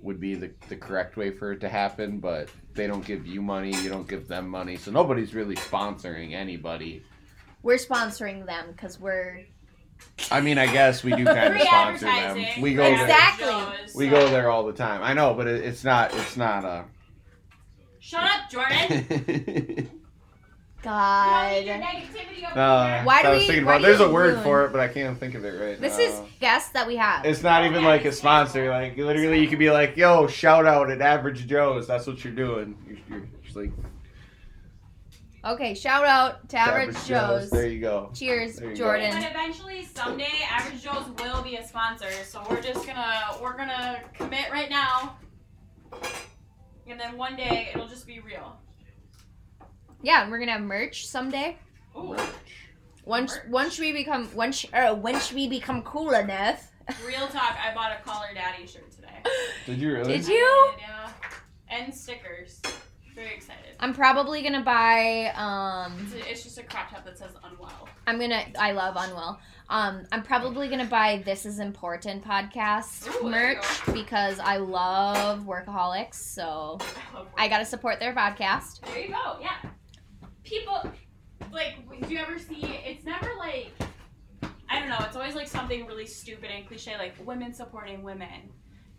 C: would be the, the correct way for it to happen, but they don't give you money, you don't give them money, so nobody's really sponsoring anybody.
A: We're sponsoring them because we're.
C: I mean, I guess we do kind of sponsor them. We go there,
A: Exactly.
C: we go there all the time. I know, but it, it's not, it's not uh, a.
B: Shut up,
A: *laughs*
B: Jordan.
C: *laughs*
A: God.
C: No,
A: Why
C: Uh, I
A: do
C: was
A: we-
C: thinking
A: why
C: about.
A: do
C: There's
A: you
C: a word
A: ruin-
C: for it, but I can't think of it right
A: This
C: now.
A: is guests that we have.
C: It's not even like a sponsor. Like literally, you could be like, "Yo, shout out at Average Joe's." That's what you're doing. You're, you're just like
A: Okay, shout out to Average, Joe's.
C: There you go.
A: Cheers,
C: There you go.
A: Jordan.
B: But eventually, someday, Average Joe's will be a sponsor. So we're just gonna we're gonna commit right now, and then one day it'll just be real.
A: Yeah, and we're going to have merch someday.
B: Ooh,
A: Once once we become once uh, once we become cool enough.
B: Real talk, I bought a Collar Daddy shirt today.
A: *laughs*
C: Did you really?
A: Did you?
B: Yeah. And stickers. Very excited.
A: I'm probably gonna buy. Um,
B: It's, a- it's just a crop top that says unwell.
A: I'm gonna. I love Unwell. Um, I'm probably gonna buy This Is Important podcast
B: Ooh, there you
A: merch because I love workaholics. So
B: *laughs* I love
A: I gotta support their podcast.
B: There you go. Yeah. People, like, do you ever see? It's never like, I don't know. It's always like something really stupid and cliche, like women supporting women.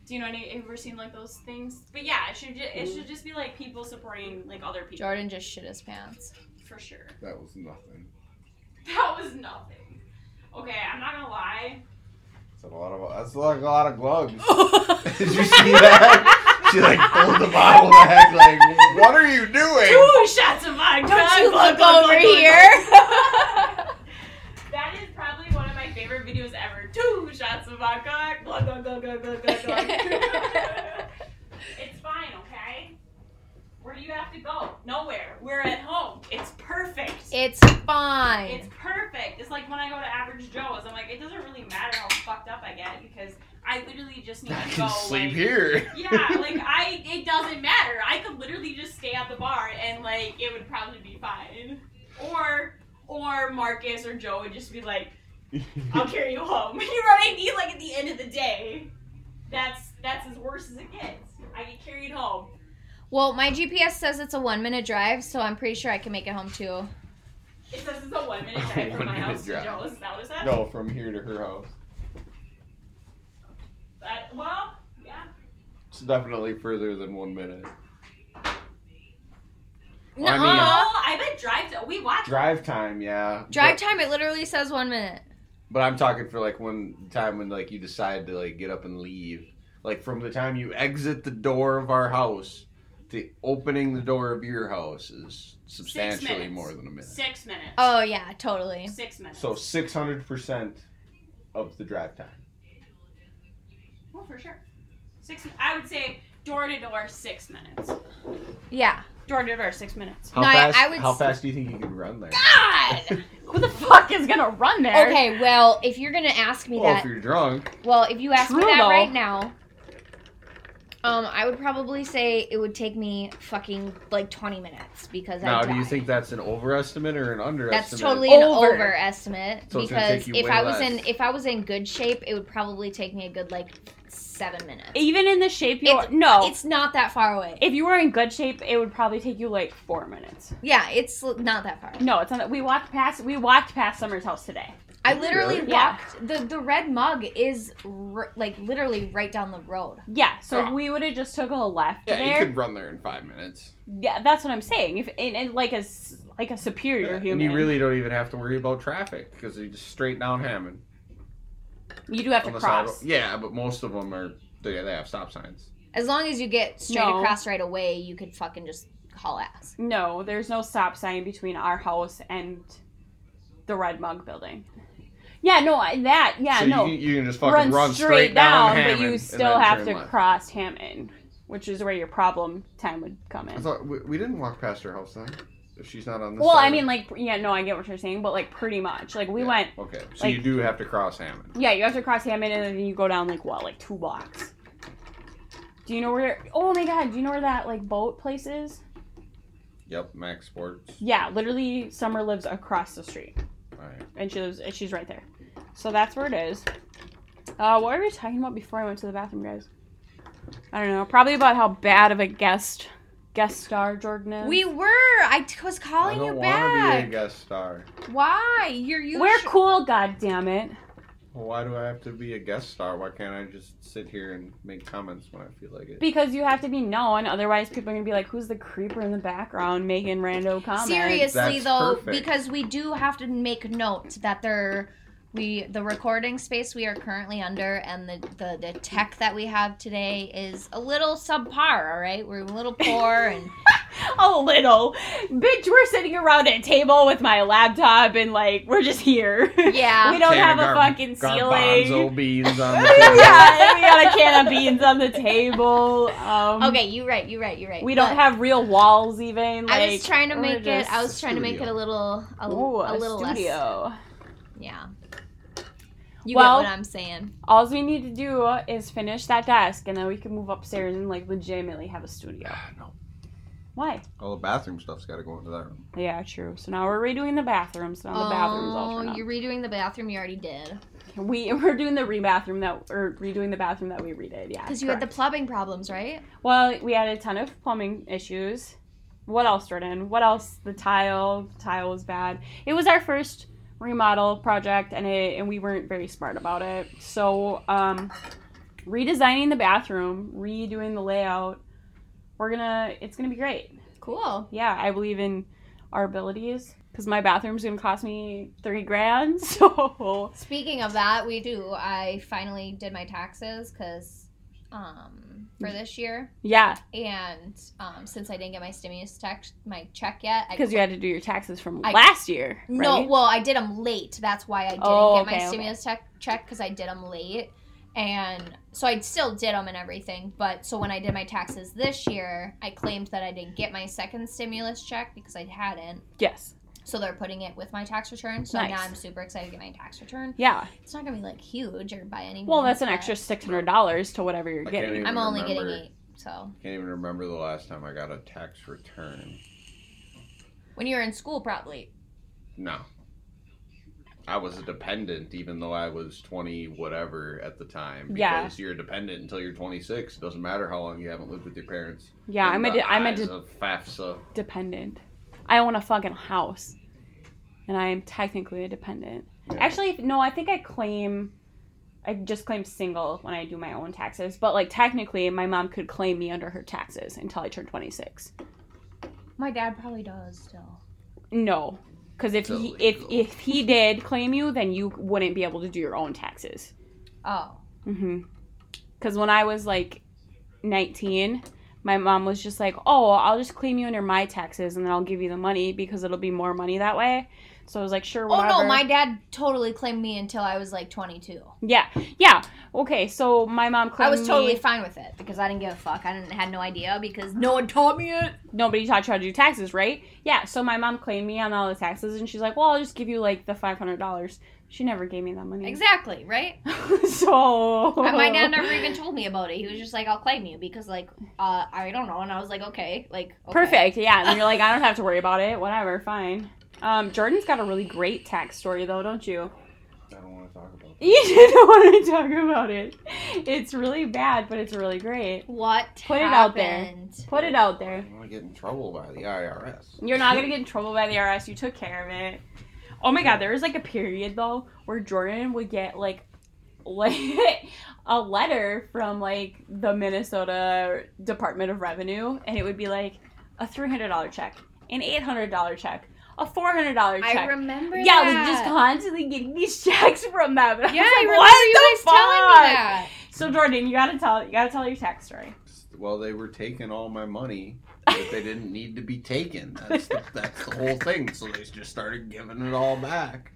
B: Do you know any? Have you ever seen like those things? But yeah, it should ju- it should just be like people supporting like other people
A: Jordan just shit his
B: *laughs*
A: pants.
B: for sure.
C: That was nothing.
B: That was nothing. Okay, I'm not gonna lie.
C: That's a lot of. That's like a lot
A: *laughs*
C: of gloves. *laughs* Did you see that? She like pulled the bottle back. Like, what are you doing?
B: Two shots of vodka.
A: Don't you
B: Glug,
A: look
B: glug,
A: over
B: glug, glug,
A: here.
B: glug. that is probably one of my favorite videos ever. Two shots of vodka. Glug, glug, glug, glug, glug,
A: *laughs*
B: glug, glug. it's fine, okay? Where do you have to go? Nowhere. We're at home. It's perfect.
A: It's fine.
B: It's perfect. It's like when I go to Average Joe's. I'm like, it doesn't really matter how fucked up I get because I literally just need
C: I
B: to go.
C: can sleep
B: like,
C: here.
B: yeah, like
C: *laughs*
B: I, it doesn't matter. I could literally just stay at the bar and like it would probably be fine. Or, or Marcus or Joe would just be like,
C: *laughs*
B: "I'll carry you home." *laughs* you know what I mean? Like at the end of the day, that's that's as worse as it gets. I get carried home.
A: well, my GPS says it's a one minute drive, so I'm pretty sure I can make it home too.
B: It says it's a
C: *laughs*
B: one minute drive from my
C: One-minute
B: house
C: drive.
B: to Joe's. Is that what it
A: *laughs*
B: says?
C: no, from here to her house.
B: That- well, yeah.
C: It's definitely further than one minute.
A: No,
C: Well, I mean-
B: No, Oh, I bet drive to. We watched.
C: Drive time, yeah.
A: drive
C: But,
A: time. It literally says one minute.
C: but I'm talking for like one time when like you decide to like get up and leave. Like from the time you exit the door of our house to opening the door of your house is substantially
B: minutes.
C: more than a minute.
B: Six minutes.
A: Oh yeah, totally.
B: Six minutes.
C: So 600% of the drive time.
B: Well, for sure. Six. I would say door to door six minutes.
A: Yeah.
B: Door to door six minutes.
C: How
A: No, I-
C: fast?
A: I would
C: how
A: s-
C: fast do you think you could run there?
A: God.
B: Who the fuck is gonna run there?
A: okay. Well, if you're gonna ask me
C: *laughs* Well, if
A: that,
C: you're drunk,
A: well, if you ask me
B: True,
A: that
B: though.
A: right now, um, I would probably say it would take me fucking like 20 minutes because I.
C: now do you
A: drive.
C: think that's an overestimate or an underestimate?
A: That's totally an
B: Over.
A: overestimate
C: So it's gonna
A: because
C: take you
A: if
C: way
A: I was
C: less.
A: in if I was in good shape, it would probably take me a good like seven minutes.
B: Even in the shape you
A: It's-
B: are, no.
A: It's not that far away.
B: if you were in good shape, it would probably take you like four minutes.
A: yeah, it's l- not that far.
B: No, it's not. We walked past. We walked past Summer's house today.
A: I literally
B: Really? Yeah.
A: walked the the red mug is r- like literally right down the road.
B: Yeah. So if
C: Oh.
B: we would have just took a left
C: Yeah,
B: there.
C: you could run there in five minutes.
B: Yeah, that's what I'm saying. If and, and like as like a superior human,
C: And you really don't even have to worry about traffic because they're just straight down Hammond.
B: you do have to
C: Unless I
B: cross.
C: don't- yeah, but most of them are they, they have stop signs.
A: As long as you get straight
B: No.
A: across right away, you could fucking just haul ass.
B: No, there's no stop sign between our house and the Red Mug building. Yeah, no, I- that, yeah,
C: so
B: no.
C: you, can- you can just fucking run, straight, down, Hammond,
B: but you
C: and
B: still
C: then
B: have
C: turn
B: to
C: left.
B: cross Hammond, which is where your problem time would come
C: I
B: in.
C: thought we, we didn't walk past her house then. If she's not on this.
B: Well,
C: side
B: I
C: of-
B: mean, like, yeah, no, I get what you're saying, but like, pretty much, like, we
C: Yeah,
B: went,
C: Okay, so
B: like-
C: you do have to cross Hammond.
B: yeah, you have to cross Hammond, and then you go down like what, like two blocks. Do you know where? Oh my God, do you know where that like boat place is?
C: Yep, Max Sports.
B: Yeah, literally, Summer lives across the street.
C: All right.
B: and she lives and she's right there. So that's where it is. Uh, what were we talking about before I went to the bathroom, guys? I don't know. Probably about how bad of a guest guest star Jordan is.
A: We were. I t- was
C: I
A: calling
C: don't
A: you
C: want to be a
A: back.
C: guest star.
A: Why? You're you.
B: we're
A: sh-
B: cool, god damn it.
C: Well, why do I have to be a guest star? Why can't I just sit here and make comments when I feel like it?
B: Because you have to be known, otherwise people are gonna be like, "Who's the creeper in the background making rando comments?"
A: Seriously
C: That's
A: though,
C: perfect.
A: because we do have to make note that there, we the recording space we are currently under and the, the the
B: *laughs*
A: tech that we have today is a little subpar. All right, we're a little poor and
B: a little. Bitch, we're sitting around a table with my laptop and like we're just here.
A: Yeah.
B: we don't
C: Can of
B: have a
C: gar-
B: fucking
C: garbanzo
B: ceiling. *laughs*
C: beans on the table.
B: yeah, we got a can of beans on the table. Um,
A: Okay, you right, you right, you right.
B: We don't
A: But
B: have real walls even. Like,
A: I was trying to
B: we're
A: make it. I
B: just-
A: was trying to make it a
C: studio.
A: little, a,
B: Ooh,
A: a little less.
B: studio.
A: Yeah. You
B: Well-
A: get what I'm saying.
B: All we need to do is finish that desk, and then we can move upstairs and like legitimately have a studio.
C: Ah, no,
B: Why?
C: all the bathroom stuff's got to go into that room.
B: Yeah, true. So now we're redoing the bathrooms. Now the bathrooms all
A: Oh,
B: turn
A: you're redoing the bathroom you already did
B: on. We *laughs* we're doing the rebathroom that or redoing the bathroom that we redid. Yeah,
A: because you had the
B: correct.
A: plumbing problems, right?
B: well, we had a ton of plumbing issues. What else, Jordan? What else? The tile tile was bad. It was our first remodel project, and it and we weren't very smart about it. So um, redesigning the bathroom, redoing the layout. We're gonna. It's gonna be great.
A: Cool.
B: yeah, I believe in our abilities because my bathroom's gonna cost me thirty grand. *laughs* So
A: Speaking of that, we do. I finally did my taxes because um, for this year,
B: yeah,
A: and um, since I didn't get my stimulus check, my check yet, I
B: because you had to do your taxes from
A: I-
B: last year. Right?
A: No, well, I did them late. That's why I didn't
B: Oh,
A: get my
B: okay, okay.
A: stimulus check check because I did them late, and so I still did them and everything. But so when I did my taxes this year, I claimed that I didn't get my second stimulus check because I hadn't.
B: yes,
A: So they're putting it with my tax return. So now
B: Nice.
A: I'm super excited to get my tax return.
B: yeah.
A: It's not gonna be like huge or by any.
B: Well,
A: means,
B: that's an
A: but
B: extra six hundred dollars to whatever you're
C: I can't
B: getting.
C: even
A: I'm only
C: remember.
A: getting eight. So
C: Can't even remember the last time I got a tax return.
A: when you were in school, probably.
C: No. I was a dependent, even though I was 20 whatever at the time.
B: Yeah.
C: Because you're a dependent until you're 26. doesn't matter how long you haven't lived with your parents.
B: Yeah,
C: In
B: I'm a
C: the
B: de- I'm a
C: eyes
B: de-
C: of FAFSA.
B: dependent. I own a fucking house, and I am technically a dependent.
C: Yeah.
B: Actually, no, I think I claim. I just claim single when I do my own taxes, but like technically, my mom could claim me under her taxes until I turn twenty six.
A: My dad probably does still.
B: No, because if he
C: Totally
B: if
C: cool.
B: if he did claim you, then you wouldn't be able to do your own taxes.
A: Oh,
B: Mm-hmm. Because when I was like nineteen, my mom was just like, "Oh, I'll just claim you under my taxes, and then I'll give you the money because it'll be more money that way." So I was like, "Sure, whatever."
A: oh no, my dad totally claimed me until I was like 22.
B: yeah, yeah, okay. So my mom
A: I
B: claimed
A: was totally
B: me-
A: fine with it because I didn't give a fuck. I didn't had no idea because no one taught me
B: *laughs*
A: it.
B: nobody taught you how to do taxes, right? Yeah. So my mom claimed me on all the taxes, and she's like, "Well, I'll just give you like the five hundred dollars." She never gave me that money.
A: Exactly,
B: *laughs*
A: right?
B: so
A: And my dad
B: *laughs*
A: never even told me about it. He was just like, "I'll claim you" because like uh, I don't know, and I was like, "Okay, like okay.
B: Perfect. Yeah. And you're like, I don't have to worry about it. Whatever. Fine. Um, Jordan's got a really great tax story though, don't you?
C: I don't want to talk about that.
B: You *laughs* didn't want to talk about it. It's really bad, but it's really great.
A: What?
B: Put it out there.
A: happened?
B: Put it out
C: I
B: there.
C: don't want to get in trouble by the IRS.
B: You're not gonna get in trouble by the RS. You took care of it. Oh my god, there was like a period though where Jordan would get like *laughs* like a letter from like the Minnesota Department of Revenue and it would be like a three hundred dollar check, an eight hundred dollar check, a four hundred dollar check.
A: I remember.
B: Yeah,
A: that.
B: like just constantly getting these *laughs* checks from them. And I
A: yeah,
B: was
A: I
B: like,
A: remember
B: *laughs* what
A: you
B: the
A: guys telling me
B: fuck?"
A: that.
B: So Jordan, you gotta tell you gotta tell your tax story.
C: Well, they were taking all my money that they didn't need to be taken. That's the, that's the whole thing. So they just started giving it all back.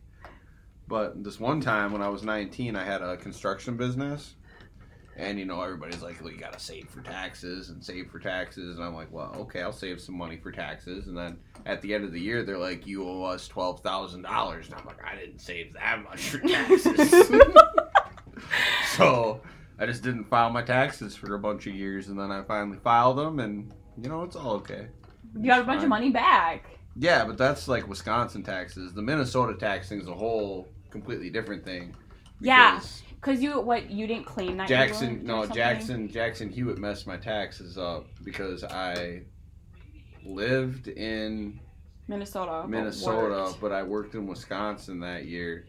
C: But this one time when I was 19, I had a construction business. And, you know, everybody's like, well, you got to save for taxes and save for taxes. And I'm like, well, okay, I'll save some money for taxes. And then at the end of the year, they're like, you owe us $12,000. And I'm like, I didn't save that much for taxes. *laughs* so I just didn't file my taxes for a bunch of years, and then I finally filed them, and you know it's all okay.
B: You got a bunch of money back.
C: Yeah, but that's like Wisconsin taxes. The Minnesota tax thing's a whole completely different thing.
B: Yeah,
C: because
B: Cause you what you didn't claim that you
C: Jackson.
B: were or
C: No,
B: something?
C: Jackson. Jackson Hewitt messed my taxes up because I lived in
B: Minnesota. but
C: Minnesota,
B: worked.
C: but I worked in Wisconsin that year.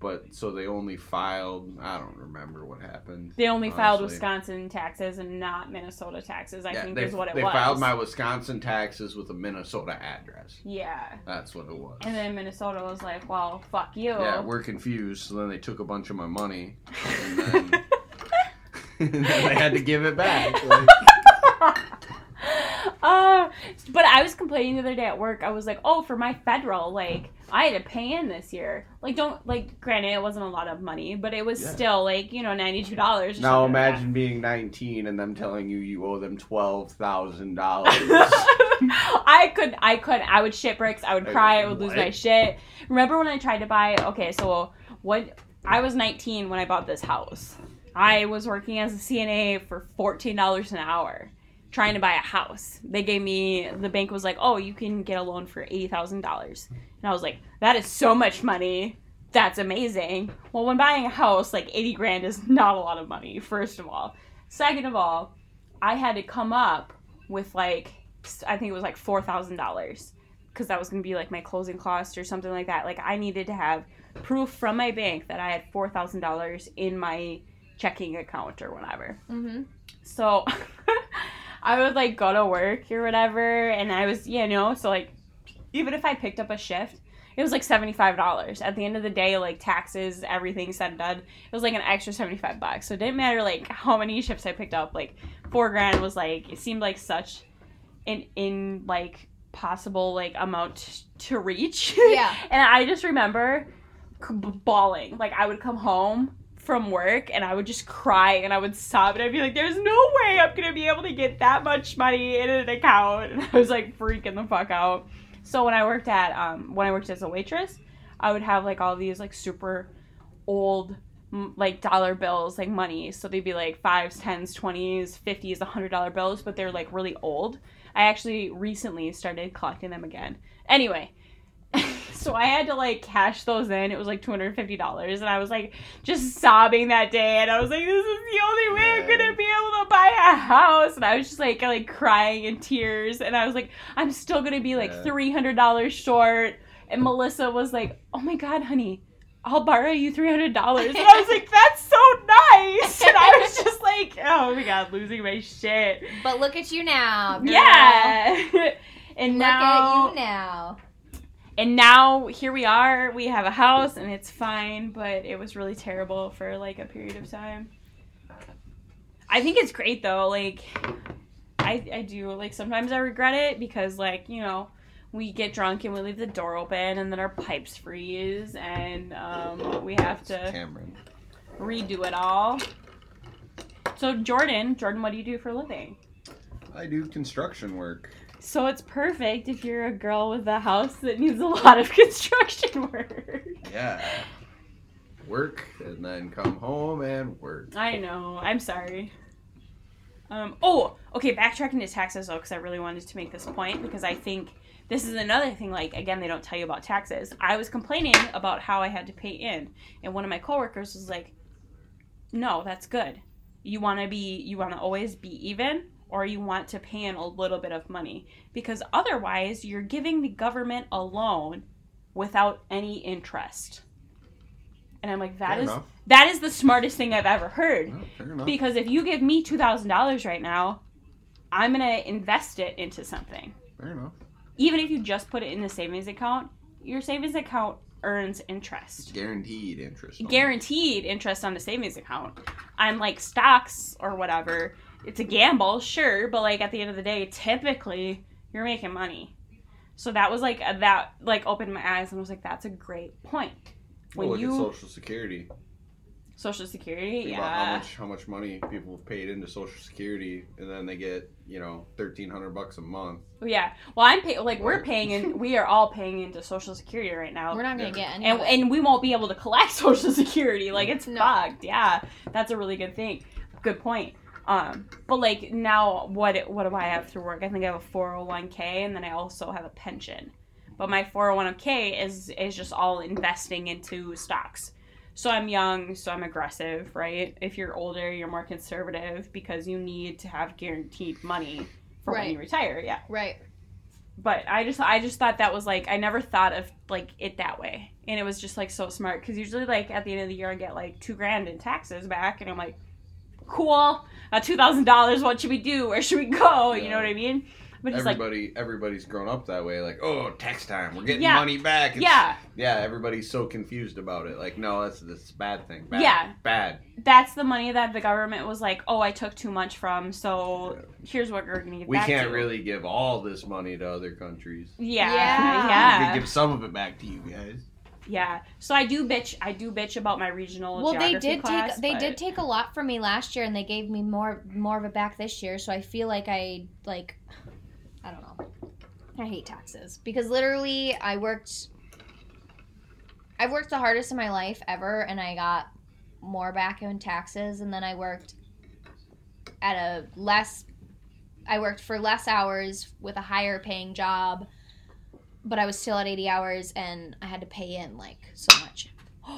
C: But so they only filed. I don't remember what happened.
B: They only filed
C: honestly.
B: Wisconsin taxes and not Minnesota taxes. I think
C: they,
B: is what it
C: they
B: was.
C: filed my Wisconsin taxes with a Minnesota address.
B: yeah,
C: That's what it was.
B: and then oh. Minnesota was like, well, fuck you.
C: yeah,
B: *laughs*
C: we're confused. So then they took a bunch of my money, *laughs* and then,
B: *laughs*
C: and then they had to give it back. Like,
B: uh, know. But I was complaining the other day at work. I was like, oh, for my federal, like I had to pay in this year. Like, don't like. Granted, it wasn't a lot of money, but it was
C: Yeah.
B: still like you know ninety two dollars.
C: Now imagine being 19 and them telling you you
B: *laughs*
C: owe them twelve thousand dollars.
B: I could, I could, I would shit bricks. I would
C: Like,
B: cry. I would lose
C: what?
B: my shit. Remember when I tried to buy? Okay, so what? I was 19 when I bought this house. I was working as a CNA for $14 an hour, trying to buy a house. They gave me the bank was like, "Oh, you can get a loan for $80,000," and I was like, "That is so much money." That's amazing. Well, when buying a house, like 80 grand is not a lot of money, first of all. Second of all, I had to come up with like s- I think it was like four thousand dollars because that was gonna be like my closing cost or something like that. Like I needed to have proof from my bank that I had four thousand dollars in my checking account or whatever.
A: Mm-hmm.
B: So *laughs* I would like go to work or whatever, and I was, you know, so like even if I picked up a shift, it was like $75. At the end of the day, like taxes, everything said and done, it was like an extra 75 bucks. So it didn't matter like how many shifts I picked up, like four grand was like, it seemed like such an in like possible like amount to reach. *laughs*
A: Yeah.
B: and I just remember c- bawling. Like I would come home from work and I would just cry and I would sob and I'd be like, "There's no way I'm gonna be able to get that much money in an account." *laughs* And I was like freaking the fuck out. So when I worked at um, when I worked as a waitress, I would have like all these like super old m- like dollar bills like money so they'd be like fives tens twenties fifties a hundred dollar bills but they're like really old i actually recently started collecting them again anyway *laughs* so I had to like cash those in. It was like two hundred fifty dollars, and I was like just sobbing that day. And I was like, "This is the only way I'm gonna be able to buy a house." And I was just like like crying in tears. And I was like, "I'm still gonna be like
C: Yeah.
B: three hundred dollars short." And Melissa was like, "Oh my god, honey." I'll borrow you three hundred dollars, and I was like, "That's so nice," and I was just like, "Oh my god, losing my shit."
A: But look at you now. girl.
B: Yeah, *laughs* and
A: Look
B: now
A: at you now.
B: and now here we are we have a house and it's fine but it was really terrible for like a period of time i think it's great though like i i do like sometimes i regret it because like you know we get drunk and we leave the door open and then our pipes freeze and um, we have to
C: Cameron.
B: redo it all so jordan jordan what do you do for a living
C: I do construction work.
B: so it's perfect if you're a girl with a house that needs a lot of *laughs* construction work
C: Yeah. Work and then come home and work.
B: I know. I'm sorry. Um, oh, okay. Backtracking to taxes though, because I really wanted to make this point because I think this is another thing. Like again, they don't tell you about taxes. I was complaining about how I had to pay in, and one of my coworkers was like, "No, that's good. You want to be, you want to always be even, or you want to pay in a little bit of money because otherwise you're giving the government a loan without any interest." And I'm like, that
C: fair
B: is
C: enough.
B: that is the smartest thing I've ever heard.
C: No, fair enough.
B: Because if you give me two thousand dollars right now, I'm gonna invest it into something.
C: fair enough.
B: Even if you just put it in the savings account, your savings account earns interest.
C: Guaranteed interest. only.
B: Guaranteed interest on a savings account. I'm like stocks or whatever. It's a gamble, sure, but like at the end of the day, typically you're making money. So that was like a, that like opened my eyes and I was like, that's a great point. When
C: Well, look
B: you
C: at Social Security.
B: Social Security,
C: Think
B: yeah.
C: about how much how much money people have paid into Social Security, and then they get you know thirteen hundred bucks a month.
B: Yeah. Well, I'm pay- like we're
C: Right.
A: *laughs*
B: paying in we are all paying into Social Security right now,
A: We're not gonna
C: Yeah.
A: get any.
B: and
A: of it.
B: and we won't be able to collect *laughs* Social Security. Like it's
A: No.
B: fucked. Yeah, that's a really good thing. Good point. Um, but like now, what what do I have through work? I think I have a 401k, and then I also have a pension. But my 401k is is just all investing into stocks. So I'm young, so I'm aggressive, right? If you're older, you're more conservative because you need to have guaranteed money for when
A: Right.
B: you retire. Yeah
A: right.
B: but I just I just thought that was like I never thought of like it that way, and it was just like so smart because usually like at the end of the year I get like two grand in taxes back, and I'm like, cool, uh, two thousand dollars. What should we do? Where should we go? You know what
C: Yeah.
B: I mean? But he's like,
C: everybody everybody's grown up that way like oh tax time we're getting
B: Yeah.
C: money back It's-
B: yeah,
C: yeah everybody's so confused about it like no that's this bad thing bad,
B: Yeah.
C: bad
B: that's the money that the government was like, oh, I took too much from, so here's what we're gonna give
C: we
B: back.
C: can't
B: to.
C: really give all this money to other countries
A: Yeah.
B: Yeah, *laughs*
C: we
B: yeah,
C: can give some of it back to you guys
B: yeah. So I do bitch. I do bitch about my regional.
A: Well, they
B: geography
A: did
B: class,
A: take they
B: but-
A: did take a lot from me last year, and they gave me more more of it back this year. So I feel like I like I don't know. I hate taxes because literally I worked. I've worked the hardest in my life ever, and I got more back in taxes, and then I worked at a less. I worked for less hours with a higher paying job, but I was still at eighty hours, and I had to pay in like so much.
B: *laughs*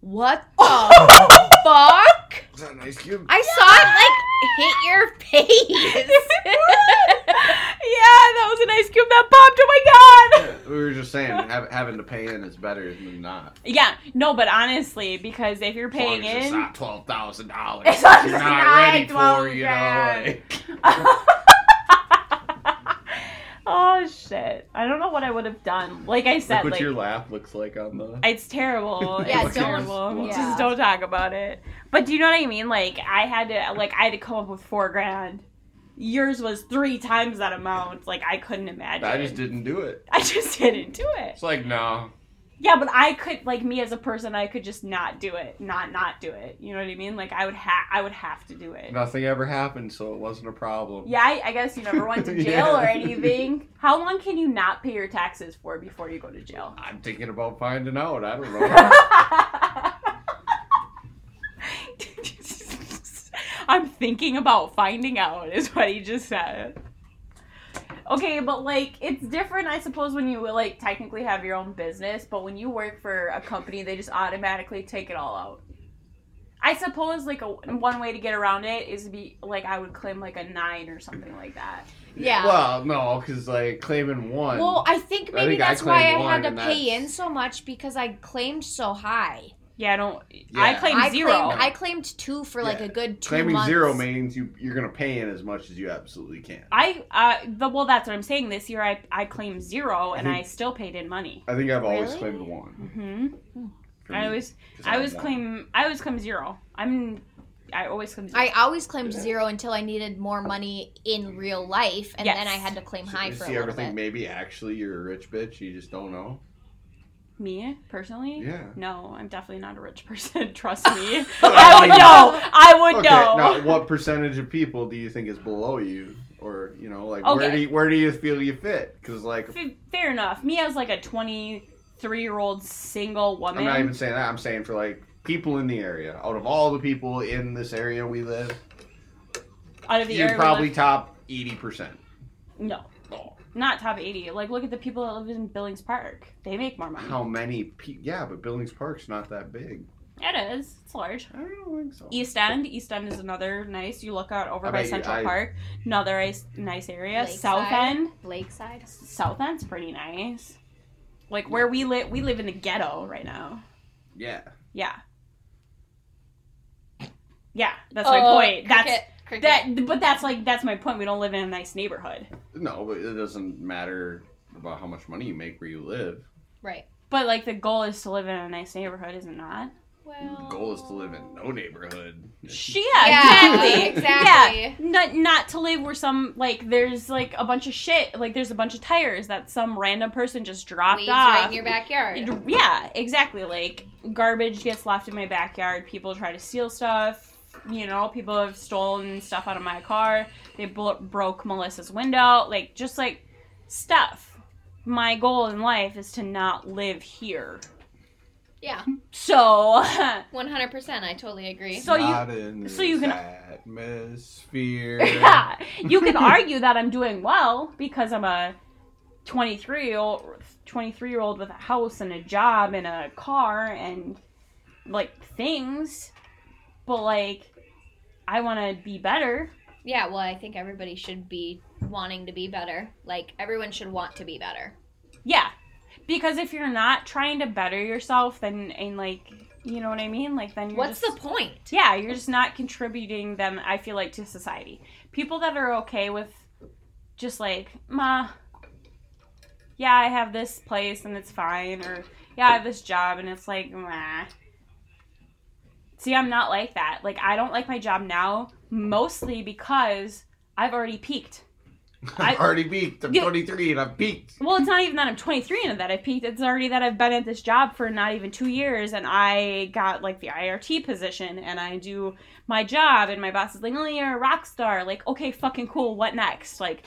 A: What the fuck?
C: is that nice cube
A: I saw it like
B: *laughs*
A: hit your face.
B: yeah, that was an ice cube that popped. Oh my god.
C: we were just
B: *laughs*
C: saying hav having to pay in is better than not
B: Yeah, no, but honestly, because if you're
C: As long
B: paying
C: as it's
B: in,
C: not twelve thousand dollars
B: As long as
C: you're
B: it's
C: not
B: not
C: ready for you know
B: 12,000.
C: like,
B: *laughs* oh shit! I don't know what I would have done. Like I said,
C: look what
B: like
C: your laugh looks like on the
B: it's
C: *laughs*
B: terrible.
A: Yeah,
B: it's
A: don't-
B: terrible.
A: yeah.
B: Just don't talk about it. But do you know what I mean? Like I had to, like I had to come up with four grand. Yours was three times that amount. Like I couldn't imagine.
C: I just didn't do it
B: *laughs* I just didn't do it.
C: it's like no
B: Yeah, but I could like me as a person, I could just not do it, not not do it. You know what I mean? Like I would have, I would have to do it.
C: nothing ever happened so it wasn't a problem
B: Yeah, I, I guess you never went to jail
C: Yeah.
B: or anything. How long can you not pay your taxes for before you go to jail?
C: I'm thinking about finding out. I don't know.
B: *laughs* I'm thinking about finding out, is what he just said. Okay, but like it's different, I suppose, when you like technically have your own business, but when you work for a company, they just automatically take it all out. I suppose like a, one way to get around it is to be like I would claim like a nine or something like that.
A: *laughs* Yeah.
C: Well, no, because like claiming one.
A: well, I think maybe
C: think I
A: that's why
C: claimed
A: I had
C: one,
A: to
C: and
A: pay
C: that's-
A: in so much because I claimed so high.
B: Yeah, I don't. I
C: Yeah.
B: claim
A: I
B: zero.
A: claimed I claimed two for like
C: Yeah.
A: a good two
C: claiming
A: months.
C: zero means you you're gonna pay in as much as you absolutely can.
B: I uh the, well that's what I'm saying. This year I I claimed zero and I
C: think-
B: still paid in money.
C: I think I've always
A: Really?
C: claimed one.
B: hmm
C: for
B: I
C: me,
B: always
C: 'cause
B: I
C: I'm
B: always
C: one.
B: claim I always claim zero. I'm I always claim zero.
A: I always claimed zero until I needed more money in real life, and
B: Yes.
A: then I had to claim
C: So,
A: high
C: you
A: for a
C: see
A: little
C: everything.
A: bit.
C: Maybe actually you're a rich bitch. You just don't know.
B: me personally.
C: Yeah.
B: No, I'm definitely not a rich *laughs* person. Trust
C: *laughs*
B: me. I would know. *laughs* I would
C: Okay.
B: know.
C: Now, what percentage of people do you think is below you, or you know, like where
B: Okay.
C: do you, where do you feel you fit? Because like
B: F- fair enough. Me as like a 23 year old single woman.
C: I'm not even saying that. I'm saying for like people in the area. Out of all the people in this area we live,
B: out of the
C: you
B: area we
C: probably
B: live-
C: top eighty percent.
B: no. Not top 80. Like look at the people that live in Billings Park. They make more money.
C: How many? Pe- yeah, but Billings Park's not that big.
B: It is. It's large.
C: I don't think so.
B: East End. East End is another nice. You look out over
C: I
B: by
C: bet you-
B: Central
C: I-
B: Park. Another nice, nice area.
A: Lakeside.
B: South End.
A: Lakeside.
B: South End's pretty nice. Like where we live, we live in the ghetto right now.
C: Yeah,
B: Yeah. Yeah, that's
A: Oh,
B: my point. That's that, but that's like that's my point. We don't live in a nice neighborhood.
C: no, but it doesn't matter about how much money you make where you live.
A: right.
B: But like the goal is to live in a nice neighborhood, is it not?
A: Well,
C: The goal is to live in no neighborhood.
B: Yeah,
A: Yeah, *laughs*
B: exactly.
A: exactly.
B: Yeah, not not to live where some like there's like a bunch of shit. Like there's a bunch of tires that some random person just dropped
A: Weeds
B: off.
A: right in your backyard.
B: yeah, exactly. Like garbage gets left in my backyard. People try to steal stuff. You know, people have stolen stuff out of my car. They bl- broke Melissa's window. Like just like stuff. My goal in life is to not live here.
A: Yeah,
B: So, *laughs*
A: one hundred percent. I totally agree.
B: so you
C: Not in
B: so you
C: this
B: can-
C: atmosphere.
B: *laughs* yeah, you can argue that I'm doing well because I'm a 23 year old, 23 year old with a house and a job and a car and like things, but like I want to be better.
A: Yeah, well, I think everybody should be wanting to be better. Like everyone should want to be better.
B: Yeah, because if you're not trying to better yourself, then and like you know what I mean, like then you're
A: What's
B: just,
A: the point?
B: Yeah, you're just not contributing them, I feel like, to society. People that are okay with just like, Ma, yeah, I have this place and it's fine, or yeah, I have this job and it's like, meh. See, I'm not like that. Like, I don't like my job now, mostly because I've already peaked. I-
C: I'm already peaked. I'm
B: Yeah.
C: 23 and I'm peaked.
B: Well, it's not even that I'm 23 and that I've peaked. It's already that I've been at this job for not even two years and I got like the IRT position and I do my job and my boss is like, oh, you're a rock star. Like, okay, fucking cool. What next? Like,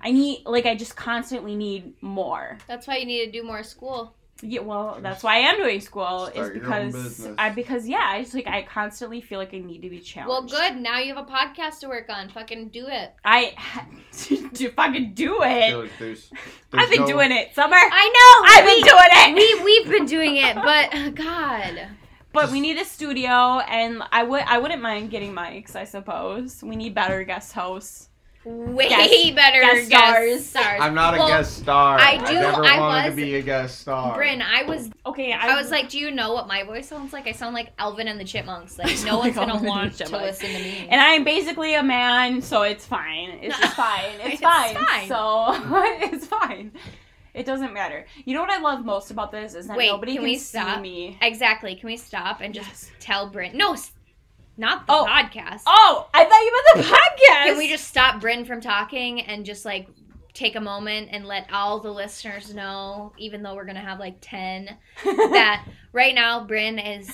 B: I need, like, I just constantly need more.
A: That's why you need to do more school.
B: Yeah, well, that's why I am doing school
C: Start your
B: is
C: own
B: because
C: business.
B: I, because yeah, I just like, I constantly feel like I need to be
A: Well,
B: challenged.
A: good. Now you have a podcast to work on. Fucking do it.
B: I *laughs* to fucking do
C: I feel
B: it.
C: like there's,
B: I've been doing it, Summer.
A: I know.
B: I've been doing it.
A: We we've been doing it, but uh, God,
B: But
C: Just-
B: we need a studio, and I would I wouldn't mind getting mics. I suppose we need better guest hosts.
A: way
B: Guest-
A: better
B: guest
A: guest
B: stars.
A: stars.
C: I'm not
A: Well,
C: a guest star.
A: I do-
C: never
A: I
C: wanted
A: was-
C: to be a guest star.
A: Bryn, I was
B: Okay, I,
A: I was like, do you know what my voice sounds like? I sound like Elvin and the Chipmunks.
B: *laughs* I
A: Like
B: sound
A: no one's
B: like
A: gonna
B: Alvin and the
A: want to
B: Chipmunks.
A: listen to me.
B: and I'm basically a man, so it's fine. It's
A: *laughs*
B: just fine. It's,
A: It's
B: fine.
A: fine.
B: So *laughs* it's fine. It doesn't matter. You know what I love most about this is that
A: Wait,
B: nobody
A: can
B: can,
A: we
B: see
A: stop?
B: me.
A: exactly. Can we stop and just
B: Yes.
A: tell Bryn? No, s- not the
B: Oh.
A: podcast.
B: Oh, I thought you meant the podcast.
A: Can we
B: *laughs*
A: just stop Bryn from talking and just like take a moment and let all the listeners know, even though we're gonna have like
B: *laughs*
A: ten, that right now Bryn is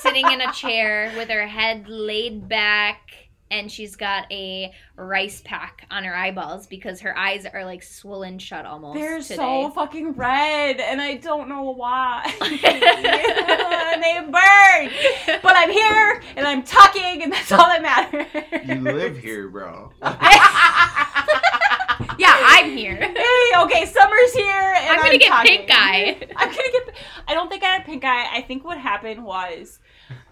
A: sitting in a chair with her head laid back and she's got a rice pack on her eyeballs because her eyes are like swollen shut almost
B: They're
A: today.
B: so fucking red, and I don't
A: *laughs*
B: know why. *laughs* they burn. But I'm here, and I'm talking, and that's all that matters.
C: You live
A: *laughs*
C: here, bro.
A: *laughs* yeah, I'm here.
B: *laughs* Hey, okay, summer's here, and
A: I'm
B: I'm
A: gonna get
B: talking.
A: pink eye.
B: I'm gonna get. I don't think I had pink eye. I think what happened was,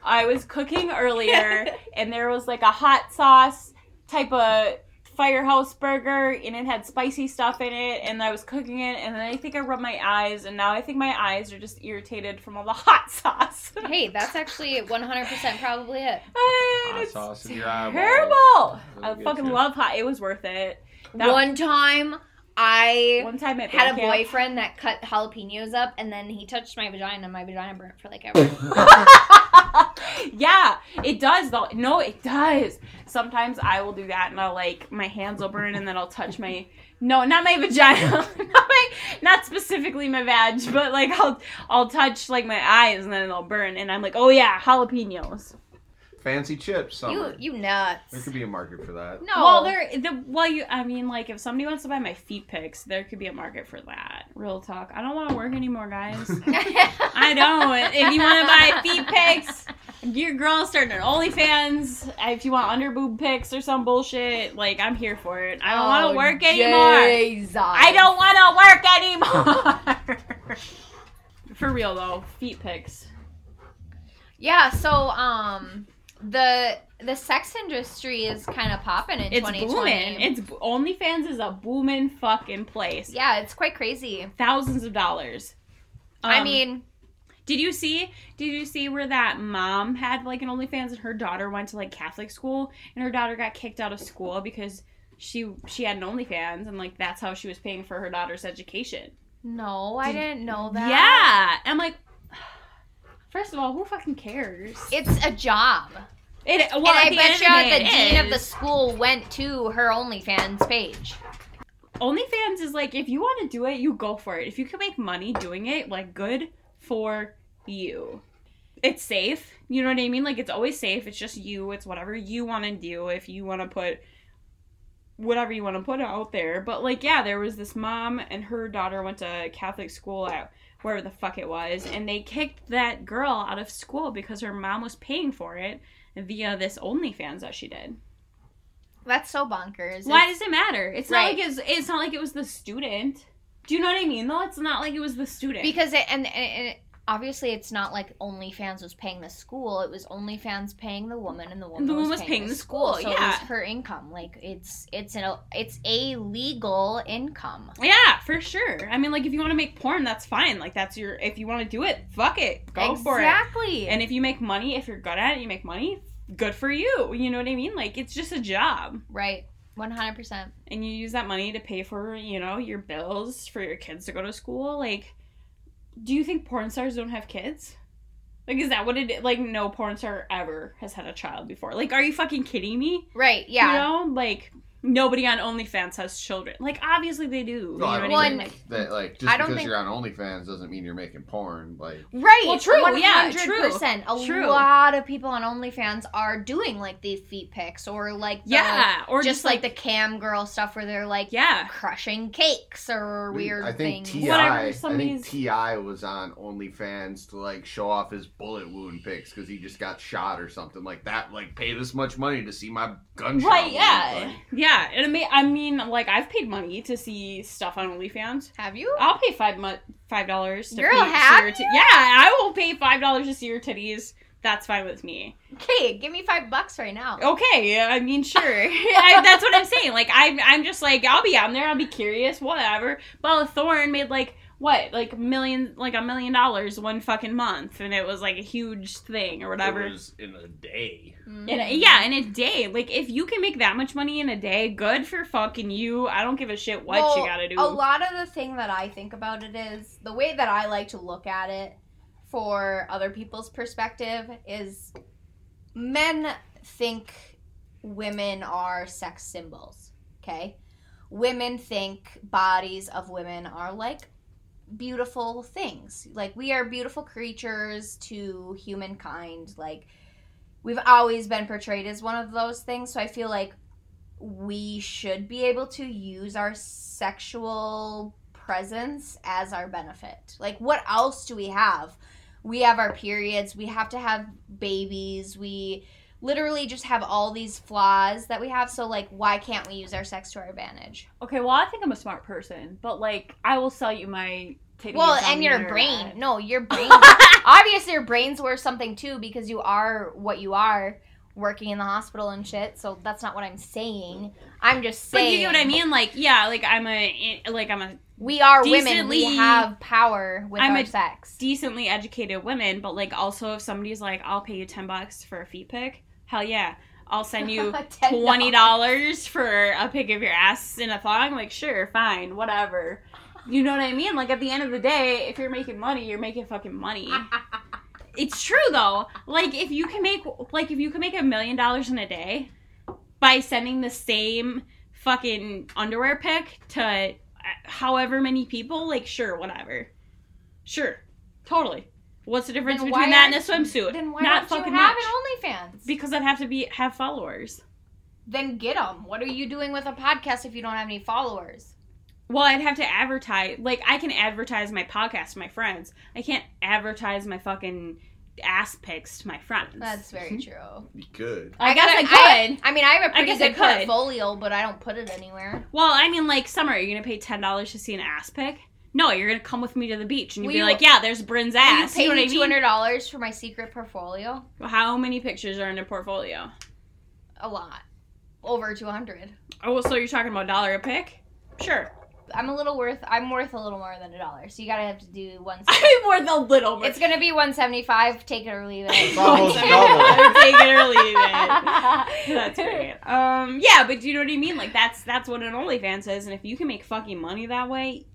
B: I was
A: *laughs*
B: cooking earlier, and there was like a hot sauce type of firehouse burger, and it had spicy stuff in it, and I was cooking it, and then I think I rubbed my eyes, and now I think my eyes are just irritated from all the *laughs* hot sauce.
A: Hey, that's actually 100% probably it.
B: hot
C: sauce in your eyeballs.
B: Terrible. I
C: That'll get
B: fucking
C: you.
B: love hot. It was worth it. That-
A: One time I
B: One time at
A: had a
B: band camp-
A: boyfriend that cut jalapenos up and then he touched my vagina and my vagina burnt for like ever.
B: *laughs* yeah, it does though. No, it does. Sometimes I will do that, and I'll like my hands will burn, and then I'll touch my no, not my vagina, *laughs* not my, not specifically my vag, but like I'll I'll touch like my eyes, and then it'll burn, and I'm like, oh yeah, jalapenos.
C: *laughs* Fancy chips.
A: you
C: Summer.
A: you nuts.
C: There could be a market for that.
A: No. *laughs*
B: Well, there, the, well, you, I mean, like if somebody wants to buy my feet pics, there could be a market for that. Real talk. I don't want to work anymore, guys. I don't. If you want to buy feet pics, your girl's starting an OnlyFans. If you want underboob pics or some bullshit, like I'm here for it. I don't
A: Oh,
B: want to work anymore.
A: Jesus.
B: I don't want to work anymore. *laughs* for real though, feet pics.
A: Yeah, so um the the sex industry is kind of popping in
B: It's
A: 2020.
B: booming. It's OnlyFans is a booming fucking place.
A: yeah, it's quite crazy.
B: Thousands of dollars.
A: I
B: Um,
A: mean,
B: Did you see? Did you see where that mom had like an OnlyFans and her daughter went to like Catholic school and her daughter got kicked out of school because she she had an OnlyFans and like that's how she was paying for her daughter's education.
A: no, I didn't know that.
B: Yeah, I'm like, *sighs* first of all, who fucking cares?
A: It's a job.
B: It
A: and
B: well, at
A: I
B: the
A: bet
B: end
A: you
B: of the,
A: the
B: day, it
A: dean of the
B: is.
A: school went to her OnlyFans page.
B: OnlyFans is like if you want to do it, you go for it. If you can make money doing it, like good for you. It's safe. You know what I mean? Like it's always safe. It's just you. It's whatever you want to do. If you want to put whatever you want to put out there. But like yeah, there was this mom and her daughter went to Catholic school at wherever the fuck it was and they kicked that girl out of school because her mom was paying for it via this OnlyFans that she did.
A: That's so bonkers.
B: Why
A: It's-
B: does it matter? It's
A: Right.
B: not like it's, it's not like it was the student. Do you know what I mean? Though it's not like it was the student.
A: because it, and, and, and it- obviously it's not like OnlyFans was paying the school. It was OnlyFans paying the woman, and the woman,
B: The woman was paying the school,
A: so it was
B: yeah.
A: her income. Like it's it's an it's a legal income.
B: yeah, for sure. I mean, like if you want to make porn, that's fine. Like that's your if you want to do it, fuck it, go for it.
A: exactly.
B: And if you make money, if you're good at it, you make money. Good for you. You know what I mean? Like it's just a job.
A: right. One hundred percent.
B: and you use that money to pay for you know your bills for your kids to go to school like do you think porn stars don't have kids like is that what it like no porn star ever has had a child before like are you fucking kidding me
A: Right. Yeah.
B: you know like nobody on onlyfans has children like obviously they do
C: No, I
B: you
C: don't
B: know what I mean?
A: One-
B: Like,
C: think that like
A: I
C: just
A: don't
C: because
A: think-
C: you're on OnlyFans doesn't mean you're making porn. Like
A: Right.
B: Well, true, yeah, true,
A: 100%. A
B: true.
A: lot of people on OnlyFans are doing like the feet pics or like the,
B: yeah or
A: just, like, the cam girl stuff where they're like
B: yeah
A: crushing cakes or weird
C: I think
A: things.
C: Ti,
B: Whatever,
C: I
B: somebody's-
C: think Ti was on OnlyFans to like show off his bullet wound pics because he just got shot or something like that. Like pay this much money to see my gunshot.
B: Right,
C: wound,
B: yeah.
C: like-
B: yeah and I mean, I mean like i've paid money to see stuff on onlyfans
A: Have you?
B: I'll pay five mu- five dollars to
A: Girl,
B: pay,
A: have
B: see your titties. Yeah, I will pay five dollars to see your titties. That's fine with me.
A: Okay, give me five bucks right now.
B: Oh. Okay, I mean, sure. *laughs* I, that's what I'm saying. Like, I'm I'm just like I'll be on there. I'll be curious, whatever. Bella Thorne made like what like million like a million dollars one fucking month, and it was like a huge thing or whatever.
C: It was in a day.
A: Mm.
B: In a, yeah, in a day. Like, if you can make that much money in a day, good for fucking you. I don't give a shit what
A: Well,
B: you gotta do.
A: A lot of the thing that I think about it is the way that I like to look at it for other people's perspective is men think women are sex symbols, okay? Women think bodies of women are like beautiful things. Like we are beautiful creatures to humankind. Like we've always been portrayed as one of those things, so I feel like we should be able to use our sexual presence as our benefit. Like, what else do we have? We have our periods, we have to have babies, we literally just have all these flaws that we have. So, like, why can't we use our sex to our advantage?
B: Okay, well, I think I'm a smart person, but like, I will sell you my titties.
A: Well,
B: on
A: and
B: the
A: your
B: internet.
A: brain. No,
B: *laughs*
A: your brain. obviously, your brain's worth something too because you are what you are working in the hospital and shit. So, that's not what I'm saying. I'm just
B: But
A: saying.
B: you get what I mean? Like, yeah, like I'm a eh, like I'm a
A: We are women. We
B: Decently-
A: have power with
B: I'm
A: our
B: a-
A: sex.
B: decently educated woman, but like also if somebody's like, I'll pay you ten bucks for a feet pick, hell yeah, I'll
A: *laughs*
B: send you
A: $10.
B: twenty dollars for a pic of your ass in a thong. Like, sure, fine, whatever. You know what I mean? Like at the end of the day, if you're making money, you're making
A: *laughs*
B: fucking money. it's true though. Like if you can make like if you can make a million dollars in a day by sending the same fucking underwear pic to uh, however many people, like sure, whatever. Sure. Totally. What's the difference
A: Then why
B: between that and a
A: aren't-
B: swimsuit?
A: Then why
B: Not
A: don't
B: fucking
A: you have
B: much.
A: an OnlyFans?
B: Because I'd have to be have followers.
A: then get them. What are you doing with a podcast if you don't have any followers?
B: Well, I'd have to advertise. Like, I can advertise my podcast to my friends. I can't advertise my fucking ass pics to my friends.
A: That's
B: *laughs*
A: very true.
C: You could.
B: I, guess
A: could-
B: I could.
A: I mean, I have a
B: I
A: pretty
B: guess I
A: good
B: could.
A: portfolio, but I don't put it anywhere.
B: well, I mean, like, Summer, are you going to pay $10 to see an ass pic? No, you're going to come with me to the beach and you'll
A: Will
B: be
A: you-
B: like, yeah, there's Bryn's
A: Will
B: ass.
A: you pay
B: You, know
A: me
B: what I
A: two
B: mean?
A: hundred dollars for my secret portfolio?
B: How many pictures are in a portfolio?
A: A lot, over two hundred.
B: Oh, so you're talking about dollar a pic? Sure. *laughs*
A: I'm a little worth. I'm worth a little more than a dollar, so you gotta have to do
B: *laughs*
A: one.
B: I'm worth a little more.
A: it's gonna be one seventy five. Take it or leave it. *laughs*
C: It's almost
B: Okay.
C: double.
B: I'm taking or
A: *laughs*
B: leaving. That's great. Um, yeah, but do you know what I mean? Like that's that's what an OnlyFans is, and if you can make fucking money that way,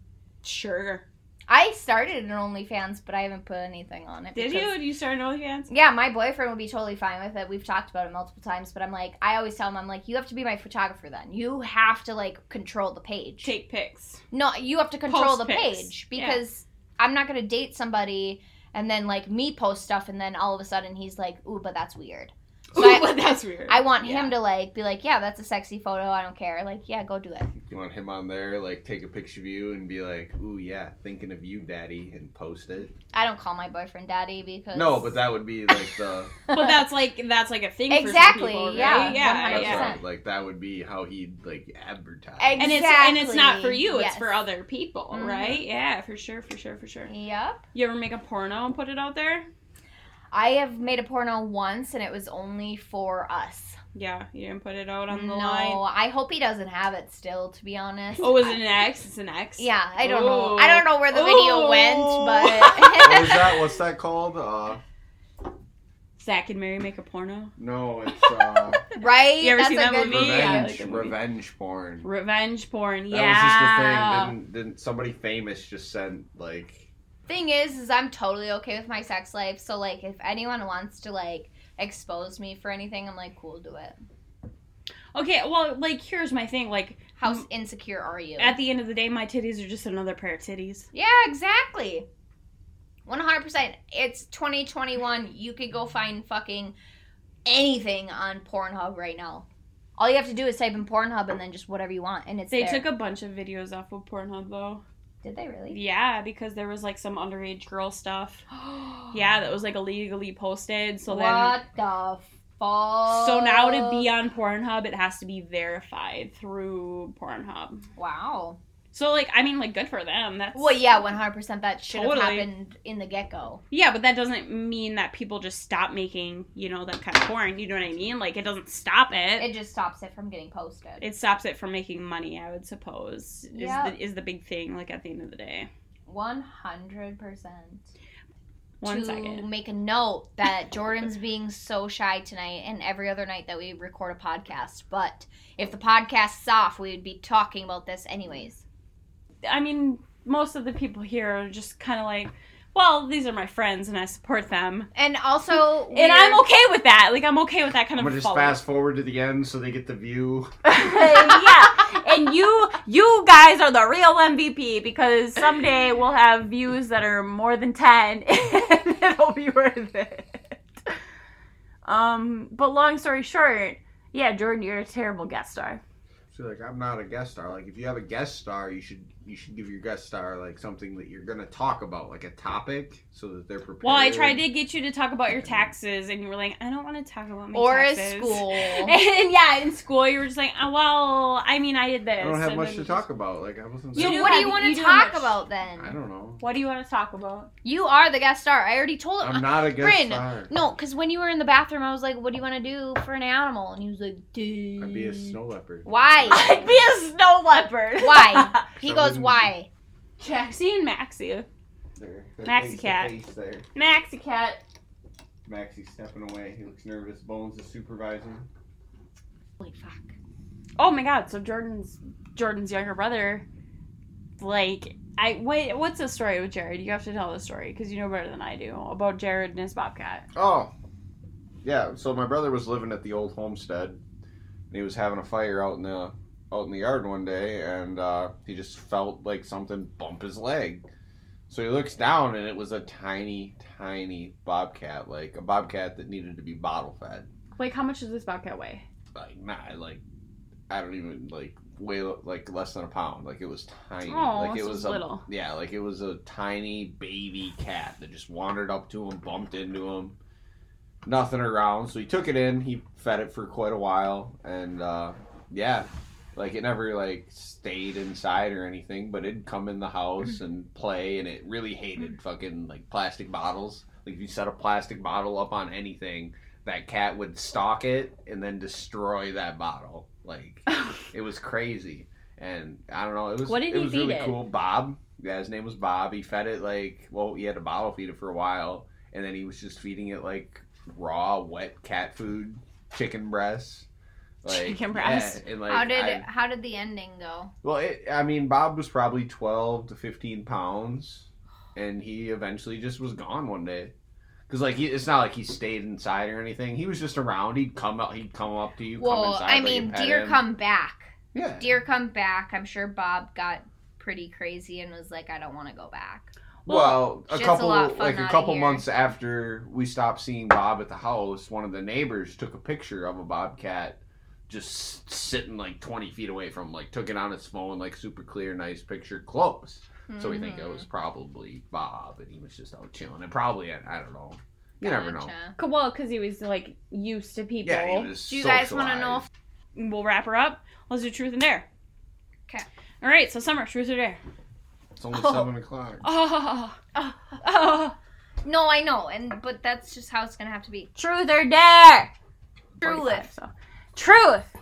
B: sure.
A: I started an OnlyFans, but I haven't put anything on it.
B: Did
A: because-
B: you? Did you start an OnlyFans?
A: Yeah, my boyfriend would be totally fine with it. We've talked about it multiple times, but I'm like, I always tell him, I'm like, you have to be my photographer then. You have to like control the page.
B: Take pics.
A: no, you have to control
B: Post
A: the
B: pics.
A: page because I'm not gonna date somebody and then like me post stuff and then all of a sudden he's like, ooh, but that's weird. So
B: *laughs*
A: I-
B: But that's weird.
A: I want
B: Yeah.
A: him to like be like, yeah, that's a sexy photo. I don't care. Like, yeah, go do it.
C: You want him on there, like take a picture of you and be like, "Ooh, yeah, thinking of you, daddy," and post it.
A: I don't call my boyfriend daddy because
C: No, but that would be like the
B: *laughs* But
A: *laughs*
B: that's like that's like a thing.
A: Exactly,
B: For some people, right?
A: yeah,
B: Yeah.
C: that's
A: 100%.
B: Yeah.
C: right. Like that would be how he'd like advertise.
A: Ex-
B: And it's and it's not
A: Exactly,
B: for you. It's
A: yes.
B: for other people,
A: Mhm.
B: right? Yeah, for sure, for sure, for sure.
A: Yep.
B: You ever make a porno and put it out there?
A: I have made a porno once and it was only for us.
B: Yeah, you didn't put it out on the
A: no,
B: line.
A: I hope he doesn't have it still, to be honest.
B: Oh, was it an X? It's an X.
A: Yeah, I don't know.
B: Ooh.
A: I don't
B: Oh. *laughs*
A: know where the video
B: Ooh.
A: went,
C: what Oh, is
A: but
C: that? What's that called? Uh,
B: Zach and Mary make a porno.
C: No, it's
B: *laughs*
C: uh,
A: *laughs* Right?
B: You ever
A: That's
B: seen
A: a
B: that
A: good
B: movie? Yeah,
C: revenge,
B: like a movie.
C: revenge porn.
B: Revenge porn.
C: That
B: yeah.
C: was just the thing. Then, then somebody famous just sent like
A: Thing is, is I'm totally okay with my sex life. So like, if anyone wants to like expose me for anything, I'm like, cool, do it.
B: Okay, well, like here's my thing. Like
A: How
B: Mm.
A: insecure are you?
B: at the end of the day, my titties are just another pair of titties.
A: yeah, exactly. One hundred percent. It's 2021. You could go find fucking anything on Pornhub right now. All you have to do is type in Pornhub and then just whatever you want, and it's
B: They
A: there.
B: took a bunch of videos off of Pornhub though.
A: Did they really?
B: Yeah, because there was like some underage
A: *gasps*
B: girl stuff. Yeah, that was like illegally posted. So then,
A: what the fuck?
B: so now to be on Pornhub, it has to be verified through Pornhub.
A: Wow.
B: So like, I mean, like, good for them. That's
A: Well, yeah, one hundred percent. That should have
B: Totally.
A: happened in the get go.
B: Yeah, but that doesn't mean that people just stop making, you know, that kind of porn. You know what I mean? Like, it doesn't stop it. It,
A: It just stops it from getting posted.
B: stops it from making money, I would suppose.
A: Yeah.
B: Is, the, is the big thing, like, at the end of the day.
A: One hundred percent.
B: One
A: to
B: second.
A: make a note that Jordan's being so shy tonight and every other night that we record a podcast. But if the podcast's off, we would be talking about this anyways.
B: I mean, most of the people here are just kind of like, well, these are my friends and I support them.
A: And also,
B: *laughs* And I'm okay with that. Like, I'm okay with that kind
C: I'm
B: of
C: gonna just
B: follow-up. *laughs*
C: fast forward to the end so they get the view.
D: yeah, and you you guys are the real MVP because someday we'll have views that are more than
B: *laughs*
D: ten, and it'll be worth it. Um, but long story short, yeah, Jordan, you're a terrible guest star.
C: So like I'm not a guest star. Like if you have a guest star, you should you should give your guest star like something that you're gonna talk about, like a topic, so that they're prepared.
B: Well, I tried to get you to talk about your taxes, and you were like, I don't want to talk about my
A: Or
B: taxes.
A: a school.
B: *laughs* And yeah, in school, you were just like, oh, well, I mean, I did this.
C: I don't have
B: and
C: much
B: then
C: to
B: just-
C: talk about. Like I wasn't.
B: You
A: so
B: do
A: what do
B: have-
A: you want
B: you
A: to
B: do
A: talk
B: much.
A: about then?
C: I don't know.
B: What do you want to talk
A: *laughs*
B: about?
A: You are the guest star. I already told him.
B: uh,
C: I'm not a guest
A: Bryn,
C: star.
A: No, because when you were in the bathroom, I was like, "What do you want to do for an animal?" And he was like, "Dude."
C: I'd be a snow leopard.
A: Why?
D: I'd be a snow
B: *laughs*
D: leopard.
A: Why? He
C: So
A: goes,
C: wouldn't-
A: "Why?"
B: Jaxie and Maxie.
C: There,
B: *laughs* Maxi cat.
C: there.
B: Maxie cat.
C: Maxie's stepping away. He looks nervous. Bones is supervising.
A: Holy fuck!
B: Oh my god! So Jordan's Jordan's younger brother, like I wait. What's the story with Jared? You have to tell the story because you know better than I do about Jared and his bobcat.
C: Oh, yeah. So my brother was living at the old homestead, and he was having a fire out in the out in the yard one day, and uh, he just felt like something bump his leg. So he looks down, and it was a tiny, tiny bobcat, like a bobcat that needed to be bottle fed.
B: Like how much does this bobcat weigh?
C: Like not like I don't even like weigh like less than a pound. Like it was tiny.
B: Oh,
C: like it
B: so
C: was a
B: little.
C: yeah, like it was a tiny baby cat that just wandered up to him, bumped into him, nothing around. So he took it in, he fed it for quite a while, and uh, yeah, like it never like stayed inside or anything, but it'd come in the house and play, and it really hated fucking like plastic bottles. Like if you set a plastic bottle up on anything, that cat would stalk it and then destroy that bottle.
B: *laughs*
C: Like it was crazy. And I don't know, it was
B: What did
C: it
B: he
C: was
B: feed
C: really
B: it?
C: cool. Bob, yeah, his name was Bob. He fed it like well, he had to bottle feed it for a while, and then he was just feeding it like raw, wet cat food, chicken breasts. Like,
B: Chicken breast.
C: yeah, and like
A: how did
C: I-
A: how did the ending go?
C: well, it, I mean, Bob was probably 12 to 15 pounds, and he eventually just was gone one day. Cause like he, it's not like he stayed inside or anything. He was just around. He'd come out. He'd come up to you. come
A: Well,
C: inside,
A: I
C: let you
A: mean,
C: pet
A: deer
C: him.
A: come back.
C: Yeah.
A: Deer come back. I'm sure Bob got pretty crazy and was like, "I don't want to go back."
C: Well, a
A: shit's a
C: couple
A: lot fun
C: like a
A: outta
C: couple
A: here.
C: months after we stopped seeing Bob at the house, one of the neighbors took a picture of a bobcat just sitting like 20 feet away from him, like took it on his phone like super clear nice picture close. So we think it
A: Mhm.
C: was probably Bob and he was just out chilling. And probably I don't know. You never know.
A: Gotcha.
B: C- Well, because he was like used to people.
C: Yeah, he was
A: Do you guys want to know?
C: socialized.
A: If,
B: We'll wrap her up. Let's do truth and dare.
A: 'Kay.
B: All right. So summer, truth
A: *laughs*
B: or dare.
C: It's only
B: Oh.
C: 7 o'clock.
B: Oh.
A: Ah,
B: Oh. oh.
A: no, I know, and but that's just how it's gonna have to be.
D: Truth or dare?
A: True
B: 45,
A: it.
B: So.
D: Truth.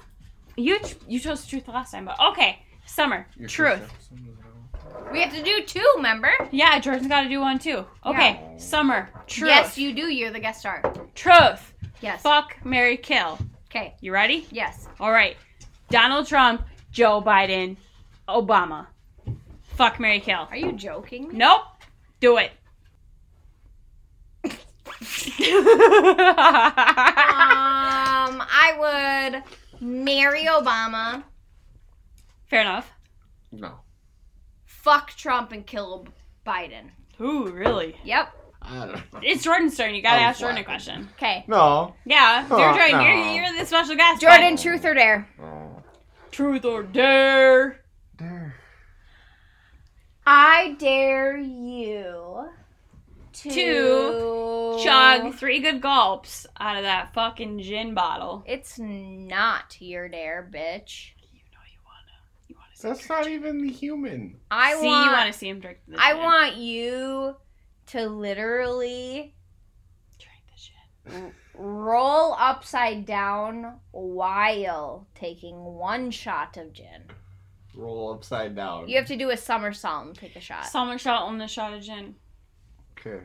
B: You ch- you chose truth last time, but okay. Summer,
C: Your
B: truth.
C: first episode was an hour.
A: We We have to do two, remember?
B: Yeah, Jordan's got to do one too. Okay, Summer. Truth.
A: Yes, you do. You're the guest star.
B: Truth.
A: Yes.
B: Fuck, Mary, kill.
A: Okay.
B: You ready?
A: Yes.
B: All right. Donald Trump, Joe Biden, Obama. Fuck, Mary, kill.
A: Are you joking? me?
B: Nope.
A: *laughs*
B: Do it.
A: Um, I would marry Obama,
B: Fair enough.
C: No.
A: fuck Trump, and kill Biden.
B: Ooh, really?
A: Yep.
C: I don't
A: *laughs*
C: know.
B: It's Jordan's turn. You gotta
C: I'm
B: ask Jordan a
C: flattered.
B: question.
A: Okay.
C: No.
B: Yeah,
C: Oh,
B: you're Jordan.
C: no.
B: You're, you're the special guest.
A: Jordan,
B: but-
A: truth or dare?
C: Oh.
B: Truth or dare?
C: There.
A: I dare you to,
B: To Chug three good gulps out of that fucking gin bottle.
A: It's not your dare, bitch.
B: You know you wanna. You wanna see.
C: That's not even human.
A: I
B: see,
A: want.
B: you wanna see him drink the
A: I
B: gin.
A: want you to literally
B: Drink the gin.
A: roll upside down while taking one shot of gin.
C: Roll upside down.
A: You have to do a somersault and take a shot.
B: Somersault and a shot of gin.
C: Okay.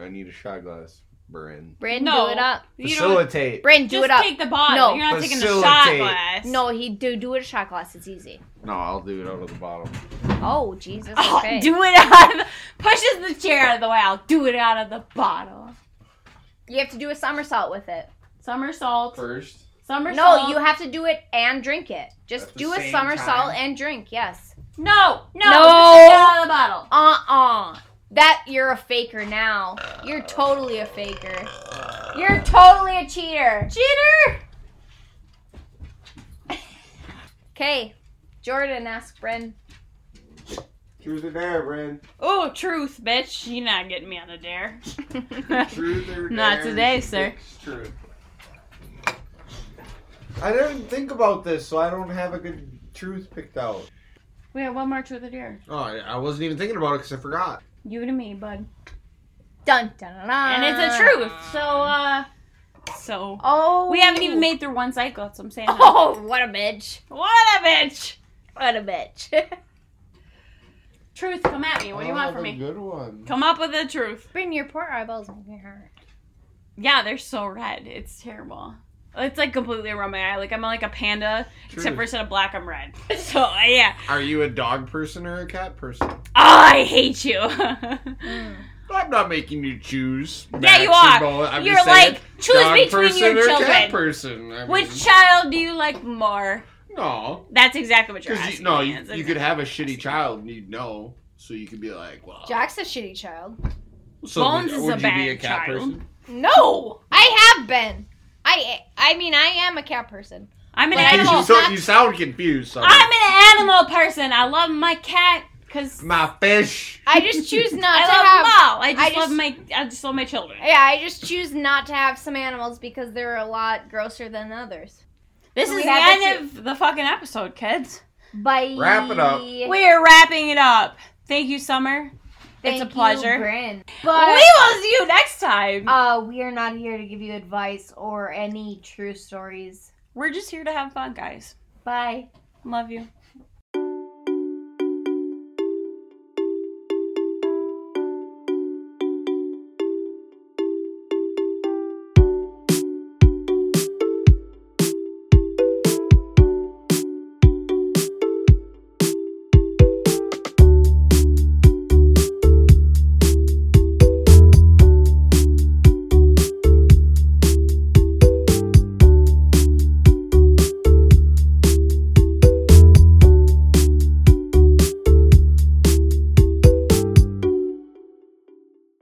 C: I need a shot glass, Bryn.
A: Bryn,
B: No.
A: do it up.
B: You don't
C: Facilitate.
A: Bryn, do
B: just
A: it up.
B: take the bottle.
A: No.
B: You're not taking the shot
C: Facilitate.
B: glass.
A: no, he do do it a shot glass. It's easy.
C: No, I'll do it out of the bottle.
A: Oh Jesus.
B: Oh,
A: Okay.
B: do it out of the, pushes the chair out of the way. I'll do it out of the bottle.
A: you have to do a somersault with it.
B: Somersault.
C: First.
B: Somersault.
A: No, you have to do it and drink it. Just
C: At the
A: do a
C: same
A: somersault
C: time?
A: and drink. Yes.
B: No,
A: No.
B: no, just get out of the bottle.
A: Uh uh That you're a faker now. You're totally a faker. You're totally a cheater.
B: Cheater.
A: Okay. Jordan asked Bryn.
C: Truth or dare, Bryn.
B: Oh, truth, bitch. You're not getting me on a dare.
C: Truth or
B: *laughs*
C: dare.
B: Not today, sir.
C: It's Truth. I didn't think about this, so I don't have a good truth picked out.
B: *laughs* we have one more truth or dare.
C: Oh, I, I wasn't even thinking about it because I forgot.
B: You to me, bud.
A: Dun dun dun. dun.
B: And it's a truth. So, uh, so
A: Oh.
B: we haven't even made through one cycle. That's what I'm
A: *laughs*
B: saying.
A: Oh, what a bitch.
B: *laughs* What a bitch.
A: What a *laughs* bitch.
B: Truth, come at me. What do you want from me?
C: Oh, Good one.
B: Come up with a truth.
A: Bryn, your poor eyeballs make me hurt.
B: Yeah, they're so red. It's terrible. It's like completely around my eye. Like I'm like a panda, except
C: Truth.
B: for instead of black, I'm red. *laughs* So uh, yeah.
C: Are you a dog person or a cat person?
B: Oh, I hate
C: *laughs*
B: you. Mm.
C: I'm not making you choose.
B: Yeah, you
C: Max
B: are.
C: or Bo- I'm
B: You're
C: just saying,
B: like choose
C: dog
B: between
C: person
B: your
C: or Cat
B: children.
C: person. I mean,
B: Which child do you like more?
C: no,
B: That's exactly what you're
C: because
B: asking.
C: you, no,
B: me.
C: you,
B: That's
C: you
B: exactly-
C: could have a shitty child and you'd know, so you could be like, well,
A: Jack's a shitty child.
C: so
B: Bones
C: would,
B: is
C: would
B: a
C: you
B: bad
C: be a cat
B: child.
C: person?
A: No, I have been. I I mean I am a cat person.
B: I'm an
A: Like,
C: *laughs* You,
B: animal.
A: Animals.
C: so, you sound confused. So.
B: I'm an animal person. I love my cat because
C: my fish.
A: I just choose
B: *laughs* I
A: not to have.
B: love Mo. I just
A: I
B: love
A: just-
B: my I just love my children.
A: Yeah, I just choose not to have some animals because they're a lot grosser than others.
B: This
A: So we
B: is the
A: have the
B: end of the fucking episode, kids.
A: Bye.
C: Wrap it up.
B: We're wrapping it up. Thank you, Summer.
A: Thank
B: it's a pleasure.
A: You, Bryn.
B: we
A: But
B: will see you next time.
A: uh, we are not here to give you advice or any true stories.
B: We're just here to have fun, guys.
A: Bye.
B: Love you.